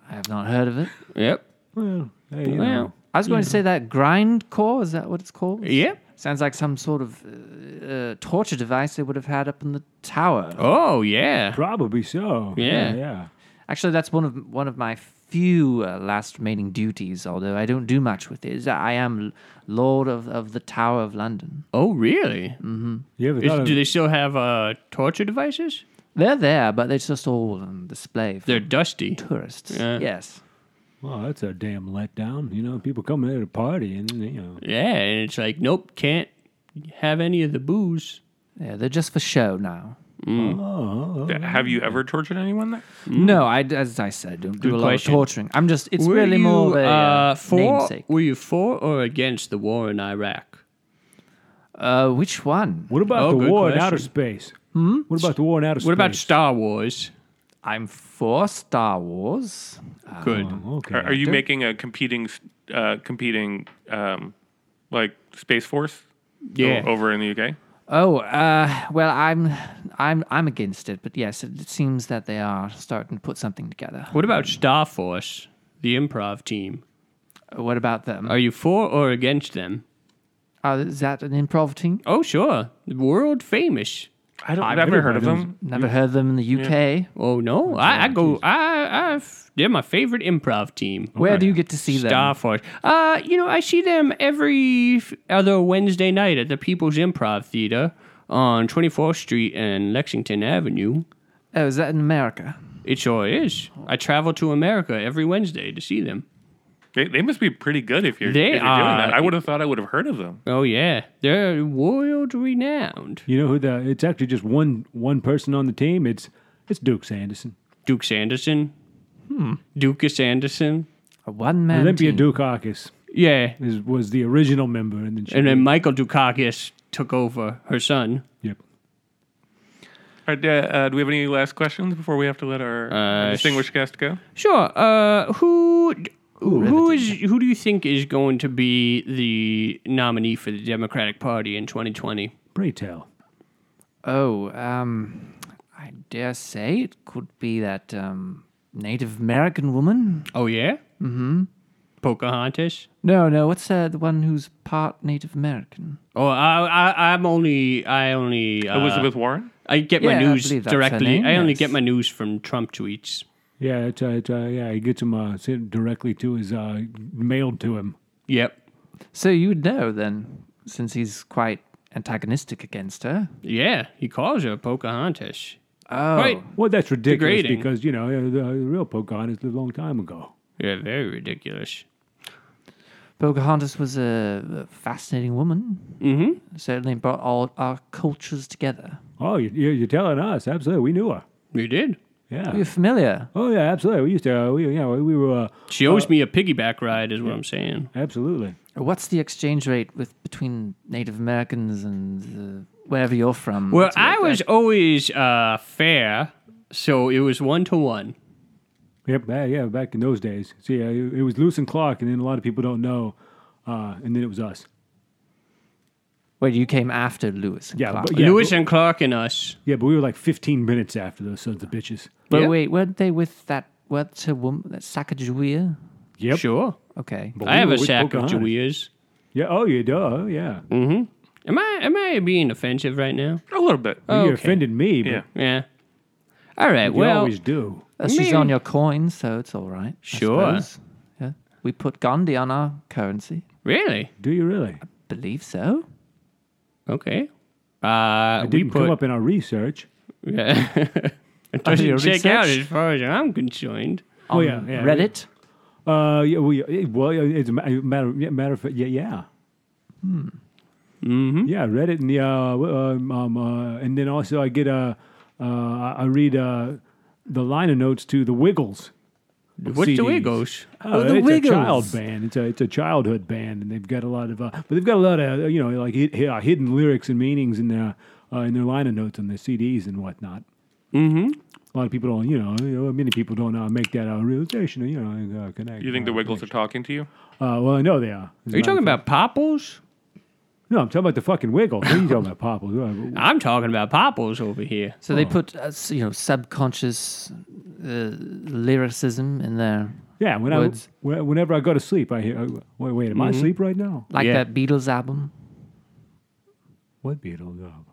S4: I have not heard of it.
S1: Yep.
S2: Well, hey, you know.
S1: Well,
S4: I was
S2: Hmm.
S4: going to say that grindcore is that what it's called?
S1: yep.
S4: Sounds like some sort of uh, uh, torture device they would have had up in the tower.
S1: Oh yeah.
S2: Probably so.
S1: Yeah.
S2: yeah. yeah.
S4: Actually, that's one of one of my few uh, last remaining duties. Although I don't do much with it, is that I am l- Lord of, of the Tower of London.
S1: Oh really?
S4: Mm.
S2: You ever
S1: Is-
S2: thought of
S1: do they still have uh, torture devices?
S4: They're there, but it's just all on display for
S1: They're dusty.
S4: tourists.
S1: Yeah.
S4: Yes.
S2: Well, that's a damn letdown. You know, people coming there to party and you know.
S1: Yeah, and it's like nope, can't have any of the booze.
S4: Yeah, they're just for show now.
S1: Uh-huh.
S2: Oh,
S3: Th- Have you ever tortured anyone there?
S4: No, I, as I said, don't do a lot
S1: Hmm. question.
S4: of torturing. I'm just, it's
S1: Were
S4: really
S1: you,
S4: more of a uh,
S1: for?
S4: namesake.
S1: Were you for or against the war in Iraq?
S4: Uh, which one?
S2: what about
S1: Oh,
S2: the
S1: good
S2: war in
S1: question.
S2: outer space? Hmm? What about the war in outer space?
S1: What about Star Wars?
S4: I'm for Star Wars.
S1: Good.
S2: Oh, okay.
S3: Are, are you making a competing, s- uh, competing, um, like space force?
S1: Yeah.
S3: o- over in the UK.
S4: Oh, uh, well, I'm, I'm, I'm against it. But yes, it, it seems that they are starting to put something together.
S1: What about Star Force, the improv team?
S4: What about them?
S1: Are you for or against them?
S4: Uh, is that an improv team?
S1: Oh sure, world famous.
S3: I don't. I've
S2: never
S3: never heard of
S2: heard of
S3: them.
S4: Never heard of them in the UK.
S1: Oh no, I, I go. I, I they're my favorite improv team.
S4: Where do you get to see
S1: Star
S4: them?
S1: Force. Uh, you know, I see them every f- other Wednesday night at the People's Improv Theater on 24th Street and Lexington Avenue.
S4: Oh, is that in America?
S1: It sure is. I travel to America every Wednesday to see them.
S3: They, they must be pretty good if you're,
S1: They
S3: if you're
S1: are-
S3: doing that. I would have thought I would have heard of them.
S1: Oh yeah, they're world renowned.
S2: You know who the? It's actually just one one person on the team. It's it's Duke Sanderson,
S1: Duke Sanderson, hmm. Ducas Anderson.
S4: A one man
S2: Olympia
S4: team.
S2: Dukakis
S1: Yeah,
S2: is was the original member, and then she.
S1: and then Michael Dukakis took over her son.
S2: yep.
S3: All right, uh, uh, do we have any last questions before we have to let our
S1: Uh,
S3: uh, distinguished guest go?
S1: Sure. Uh, who who is who do you think is going to be the nominee for the Democratic Party in 2020?
S2: Pray tell.
S4: Oh, um, I dare say it could be that um, Native American woman.
S1: Oh yeah. Mm-hmm. Pocahontas.
S4: No, no, what's uh, the one who's part Native American?
S1: Oh, I, I I'm only I only uh,
S3: Elizabeth Warren.
S1: I get
S4: Yeah,
S1: my
S4: I
S1: news
S4: believe that's her
S1: directly.
S4: name,
S1: I only
S4: yes.
S1: get my news from Trump tweets.
S2: Yeah, it's, uh, it's, uh, yeah. He gets him uh, sent directly to his uh, mailed to him.
S1: Yep.
S4: So you would know then, since he's quite antagonistic against her.
S1: Yeah, he calls her Pocahontas.
S4: Oh,
S1: Right.
S2: Well, that's ridiculous
S1: Degrading.
S2: because you know uh, the, the real Pocahontas lived a long time ago.
S1: Yeah, very ridiculous.
S4: Pocahontas was a fascinating woman. Mm-hmm. Certainly brought all our cultures together.
S2: Oh, you, you- you're telling us? Absolutely, we knew her.
S1: You did.
S2: Yeah.
S4: You're familiar.
S2: Oh yeah, absolutely. We used to. Uh, we, yeah, we, we were. Uh,
S1: She owes me a piggyback ride, is what I'm saying.
S2: absolutely.
S4: What's the exchange rate with between Native Americans and uh, wherever you're from?
S1: Well,
S4: What's it
S1: I
S4: like
S1: was always uh, fair, so it was one to one.
S2: Yep, ba- yeah, back in those days. See, uh, it, it was Lewis and Clark, and then a lot of people don't know, uh, and then it was us.
S4: Where you came after Lewis. And
S2: Yeah,
S4: Clark.
S2: but- yeah.
S1: Lewis and Clark and us.
S2: Yeah, but we were like 15 minutes after those sons of bitches.
S4: But
S1: Yeah.
S4: wait, weren't they with that? What a woman? That Sacagawea?
S2: Yep.
S1: Sure.
S4: Okay.
S2: But
S1: I
S2: we
S1: have
S2: were
S1: a
S2: with
S1: sack of
S2: Pocahontas.
S1: Julias.
S2: Yeah. Oh, you do. Oh, yeah.
S1: Am I am I being offensive right now?
S3: A little bit.
S1: Oh,
S2: You
S1: okay.
S2: offended me, but
S3: Yeah.
S1: Yeah. All right.
S2: you
S1: well,
S2: always do.
S4: Uh, she's
S1: Maybe.
S4: on your coin, so it's all right. I
S1: Sure.
S4: suppose. Yeah. We put Gandhi on our currency.
S1: really?
S2: Do you really?
S4: Believe so.
S1: Okay. Uh,
S2: It
S1: we
S2: didn't
S1: put.
S2: come up in our research.
S1: Yeah. it doesn't
S4: your
S1: check out
S4: research?
S1: as far as I'm concerned.
S2: Oh,
S4: on
S2: yeah, yeah.
S4: Reddit.
S2: Uh, yeah, well, yeah, it- well, it's a ma- matter, yeah, matter of fact, yeah, yeah. Hmm. Mm-hmm. Yeah, Reddit and the uh, w- um, um, uh, and then also I get uh, uh, I I read uh, the liner notes to the Wiggles.
S1: What's the
S2: CDs.
S1: Wiggles?
S2: Oh,
S4: the
S2: it's
S4: Wiggles.
S2: a child band. It's a it's a childhood band, and they've got a lot of uh, but they've got a lot of uh, you know like hid, uh, hidden lyrics and meanings in their uh, in their liner notes on their CDs and whatnot. Mm-hmm. A lot of people don't, you know, you know, many people don't uh, make that uh, realization. You know, uh, connect.
S3: You think the Wiggles are talking to you?
S2: Uh, well, I know they are.
S1: Are you talking about Popples?
S2: No, I'm talking about the fucking Wiggles. What are you talking about, Papa?
S1: I'm talking about Popples over here.
S4: So they put uh, s- you know subconscious uh, lyricism in there,
S2: Yeah, when I,
S4: Woods.
S2: when- whenever I go to sleep, I hear. uh, Wait, wait, am I asleep right now?
S4: like
S1: Yeah.
S4: that Beatles album,
S2: What Beatles? Oh.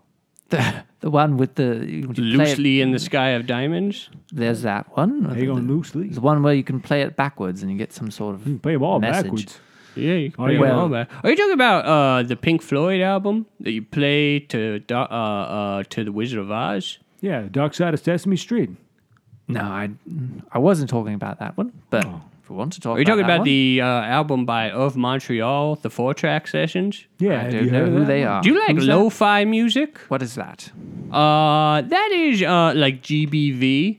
S4: the the one with the you can play it-
S1: Loosely in the sky of diamonds.
S4: there's that one.
S2: They
S4: the,
S2: Hmm. going Hmm. loosely.
S4: the one where you can play it backwards and you get some sort of
S2: Play them all
S4: message.
S2: backwards.
S1: Yeah, you can
S2: Are
S1: play
S2: you-
S1: them all back. Are you talking about uh, the Pink Floyd album that you play to Do- uh, uh, to the Wizard of Oz?
S2: Yeah, Dark Side of Sesame Street.
S4: No, I I wasn't talking about that one, but
S2: Oh.
S4: if we want to talk,
S1: Are you talking
S4: that
S1: about
S4: one,
S1: the uh, album by Of Montreal, the four track sessions?
S2: Yeah,
S4: I
S2: have
S4: don't
S2: you
S4: know
S2: heard of
S4: who
S2: that
S4: they
S2: one?
S4: are.
S1: Do you like
S4: Who's that?
S1: lo fi music?
S4: What is that?
S1: Uh, that is uh, like GBV.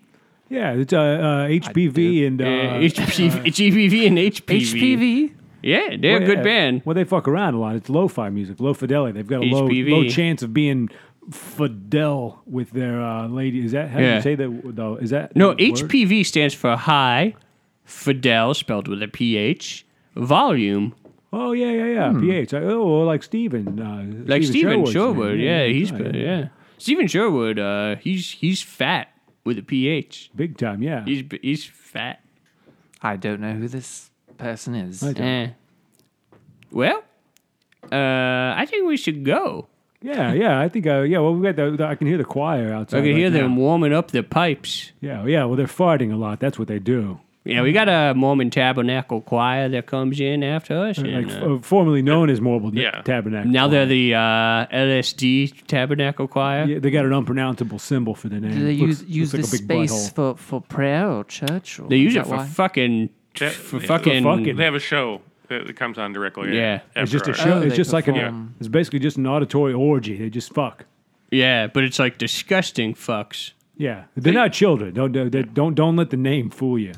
S2: Yeah, it's uh, uh, HPV and uh,
S1: Uh, HPV, GBV and HPV.
S4: HPV.
S1: Yeah, they're
S2: well,
S1: a good
S2: yeah.
S1: band.
S2: Well, they fuck around a lot. It's lo-fi music, low fidelity. They've got a low,
S1: HPV.
S2: low chance of being fidel with their uh, lady. Is that how do
S1: Yeah.
S2: you say that? Though is that
S1: No,
S2: word?
S1: HPV stands for high, Fidel, spelled with a PH, volume.
S2: Oh yeah, yeah, yeah. PH. Like, oh, well, like Steven. Uh,
S1: Hmm. Like Steven
S2: Sherwood's
S1: Sherwood.
S2: name.
S1: Yeah, he's,
S2: right.
S1: yeah. Steven Sherwood, uh, he's, he's fat with a PH.
S2: big time. Yeah,
S1: He's, he's fat.
S4: I don't know who this person is.
S2: I-
S1: Eh. Well, uh, I think we should go.
S2: yeah, yeah. I think. Uh, yeah. Well, we got the, the. I can hear the choir outside.
S1: I can
S2: right
S1: hear them
S2: now.
S1: warming up their pipes.
S2: Yeah, yeah. Well, they're farting a lot. That's what they do.
S1: Yeah, we got a Mormon Tabernacle choir that comes in after us.
S2: Like
S1: And,
S2: f-
S1: uh,
S2: uh, formerly known as Morble
S3: Yeah.
S2: Tabernacle.
S1: now they're the uh, LSD Tabernacle Choir.
S2: Yeah, they got an unpronounceable symbol for their name.
S4: Do they
S2: Looks-
S4: use use
S2: looks
S4: this
S2: like a big
S4: space
S2: butthole.
S4: for, for prayer or church? Or
S1: They use
S4: is that
S1: it for
S4: why?
S1: fucking,
S3: Yeah,
S1: for
S3: yeah.
S1: fucking,
S2: For fucking.
S3: They have a show that, that comes on directly.
S1: Yeah.
S2: It's
S3: after
S2: just a
S3: ours.
S2: show.
S4: Oh,
S2: it's
S4: they
S2: just like an.
S4: perform.
S2: It's basically just an auditory orgy. They just fuck.
S1: yeah, but it's like disgusting fucks.
S2: Yeah, they're not children. Don't don't- they- don't don't let the name fool you.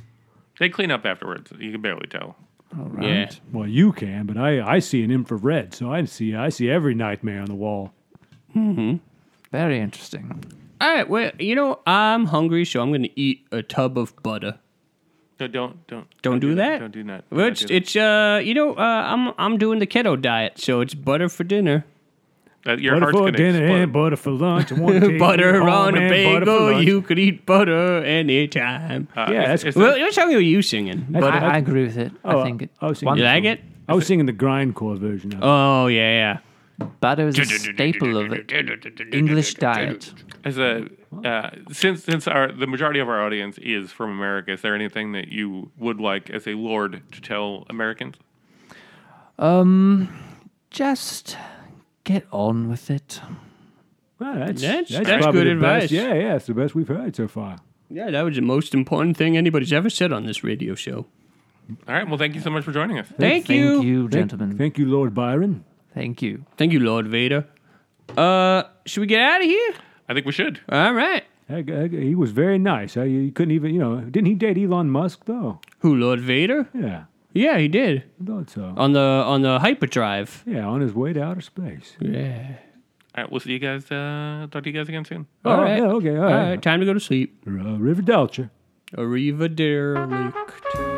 S3: They clean up afterwards. You can barely tell.
S4: All right.
S1: Yeah,
S2: Well, you can, but I I see an infrared, so I see I see every nightmare on the wall.
S4: Very interesting.
S1: all right. Well, you know, I'm hungry, so I'm gonna eat a tub of butter.
S3: No, don't don't
S1: Don't do that.
S3: Don't do that.
S1: Well, it's,
S3: Don't do
S1: it's uh, you know, uh, I'm I'm doing the keto diet, so it's butter for dinner.
S3: that. Uh, your
S2: butter
S3: heart's
S2: for
S3: gonna
S2: dinner and
S3: explode.
S2: butter for lunch. I wanna take you
S1: butter
S2: home
S1: on a
S2: and oh, butter for
S1: bagel.
S2: lunch.
S1: You could eat butter anytime.
S3: Uh,
S2: Yeah,
S3: it's-
S2: that's
S3: it's
S1: well, what song were you singing?
S2: That's-
S1: Butter.
S4: I, I agree with it.
S2: Oh,
S4: I think it,
S2: I was
S4: one
S1: You
S2: thinking-
S1: like it?
S2: I was singing the grindcore version of it.
S1: Oh yeah,
S4: butter is a staple of it. English diet.
S3: as a uh, since since our the majority of our audience is from America. Is there anything that you would like as a lord to tell Americans?
S4: Just get on with it.
S2: Wow, that's,
S1: That's- that's
S2: probably
S1: good
S2: the best-
S1: advice.
S2: Yeah, yeah, it's the best we've heard so far.
S1: yeah, yeah. That was the most important thing anybody's ever said on this radio show.
S3: All right. Well, thank you so much for joining us.
S1: Thank, you.
S4: Thank you,
S2: Thank-
S4: gentlemen.
S2: Thank you, Lord Byron.
S4: Thank you.
S1: Thank you, Lord Vader. Uh, should we get out of here?
S3: I think we should.
S1: All right.
S2: That guy- He was very nice. I- You couldn't even, you know, didn't he date Elon Musk though?
S1: Who, Lord Vader?
S2: Yeah,
S1: Yeah, he did
S2: I thought so.
S1: on the on the hyperdrive.
S2: Yeah, on his way to outer space.
S1: Yeah.
S3: All right. We'll see you guys. Uh, talk to you guys again soon.
S1: All
S2: Oh,
S1: right.
S2: yeah, okay,
S1: all
S2: all right.
S1: right. Time to go to sleep.
S2: R- uh, River Delta.
S1: Arrivederlicht.